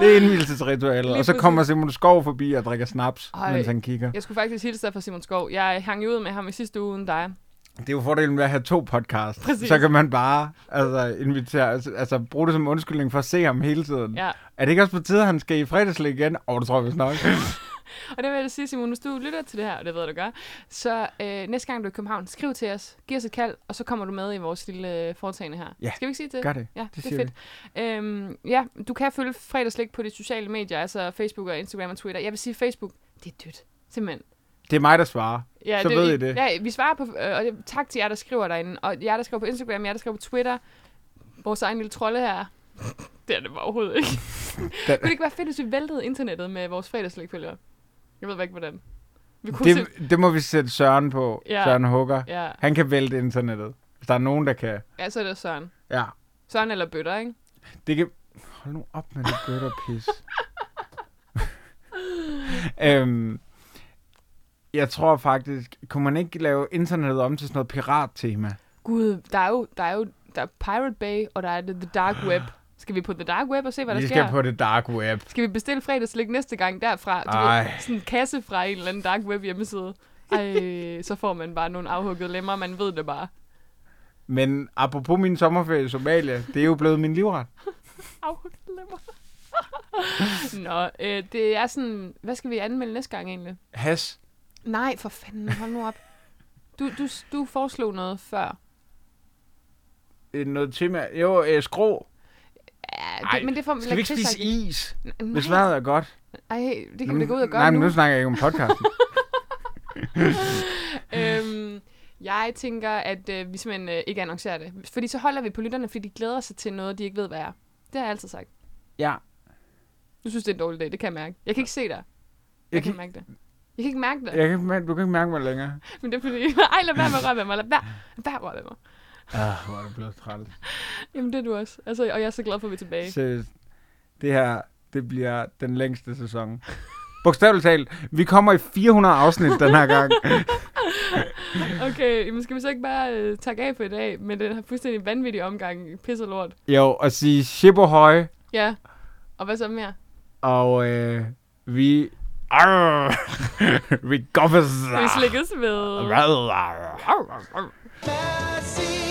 E: det er indvielsesritualet.
D: Lige
E: Og så kommer
D: præcis.
E: Simon Skov forbi og drikker snaps,
D: Ej.
E: Ej. mens han kigger.
D: Jeg skulle faktisk hilse dig fra Simon Skov. Jeg hang jo ud med ham i sidste uge uden dig.
E: Det er jo fordelen ved at have to podcasts.
D: Præcis.
E: Så kan man bare altså, invitere, altså, altså, bruge det som undskyldning for at se ham hele tiden.
D: Ja.
E: Er det ikke også på tide, at han skal i fredagslæg igen? Åh, oh, det tror jeg vist nok.
D: Og det vil jeg sige, Simon, hvis du lytter til det her, og det ved jeg, du gør, så øh, næste gang du er i København, skriv til os, giv os et kald, og så kommer du med i vores lille øh, foretagende her.
E: Ja.
D: Skal vi ikke sige det?
E: Gør det.
D: Ja, det, det er
E: siger vi.
D: fedt. Øhm, ja, du kan følge fredagslik på de sociale medier, altså Facebook og Instagram og Twitter. Jeg vil sige, Facebook, det er dødt. Simpelthen.
E: Det er mig, der svarer.
D: Ja,
E: Så ved I det.
D: Ja, vi svarer på, øh, og det- tak til jer, der skriver derinde. Og jer, der skriver på Instagram, jer, der skriver på Twitter. Vores egen lille trolde her. Det er det bare overhovedet ikke.
E: Den-
D: Kunne det ikke være fedt, hvis vi væltede internettet med vores fredagslægfølgere? Jeg ved bare ikke, hvordan. Vi kunne det...
E: Det, det må vi sætte Søren på.
D: Ja.
E: Ja. Søren Hugger. Ja.
D: Ja,
E: Han kan vælte internettet. Hvis der er nogen, der kan.
D: ja, så er det Søren.
E: Ja.
D: Søren eller Bøtter, ikke?
E: Det kan... Hold nu op med det bøtter pis. øhm, jeg tror faktisk... Kunne man ikke lave internettet om til sådan noget pirattema?
D: Gud, der er jo, der er jo der er Pirate Bay, og der er The The Dark Web. Skal vi på The Dark Web og se, hvad der
E: Vi
D: sker?
E: skal på det dark web.
D: Skal vi bestille fredagslik næste gang derfra? Du
E: Ej.
D: ved, sådan en kasse fra en eller anden dark web hjemmeside. Ej, så får man bare nogle afhuggede lemmer, man ved det bare.
E: Men apropos min sommerferie i Somalia, det er jo blevet min livret.
D: Afhuggede lemmer. Nå, øh, det er sådan... Hvad skal vi anmelde næste gang egentlig?
E: Has.
D: Nej, for fanden, hold nu op. Du, du, du foreslog noget før.
E: øh, Noget tema. Jo, øh, skrå.
D: Ja,
E: Ej,
D: det, men det får
E: Skal vi ikke spise is? Hvis
D: Nej,
E: vejret er godt.
D: ej, det kan vi da gå ud og gøre
E: Nej,
D: nu.
E: men nu snakker jeg ikke om podcasten.
D: øhm, jeg tænker, at øh, vi simpelthen øh, ikke annoncerer det. Fordi så holder vi på lytterne, fordi de glæder sig til noget, de ikke ved, hvad er. Det har jeg altid sagt.
E: ja.
D: Du synes, det er en dårlig dag, det kan jeg mærke. Jeg kan ikke se dig. Jeg,
E: Jeg
D: jeg
E: kan,
D: kan mærke det. Jeg kan ikke mærke det,
E: jeg kan, ikke mær- du kan ikke mærke mig længere.
D: men det er fordi... Ej, lad være med at røre ved mig. Lad være, lad være med at røre ved mig.
E: Ah, hvor er det blevet træt.
D: Jamen, det er du også. Altså, og jeg er så glad for, at vi er tilbage.
E: Seriøst. Det her, det bliver den længste sæson. Bogstaveligt talt, vi kommer i 400 afsnit den her gang.
D: Okay, men skal vi så ikke bare øh, takke af for i dag med den her fuldstændig vanvittige omgang? Pisse og lort.
E: Jo, og sige ship og høj,
D: Ja. Og hvad så mere?
E: og øh, vi... Arr, vi goffes.
D: Ah. Vi slikkes ved...
E: Arr, arr, arr.
F: Mercy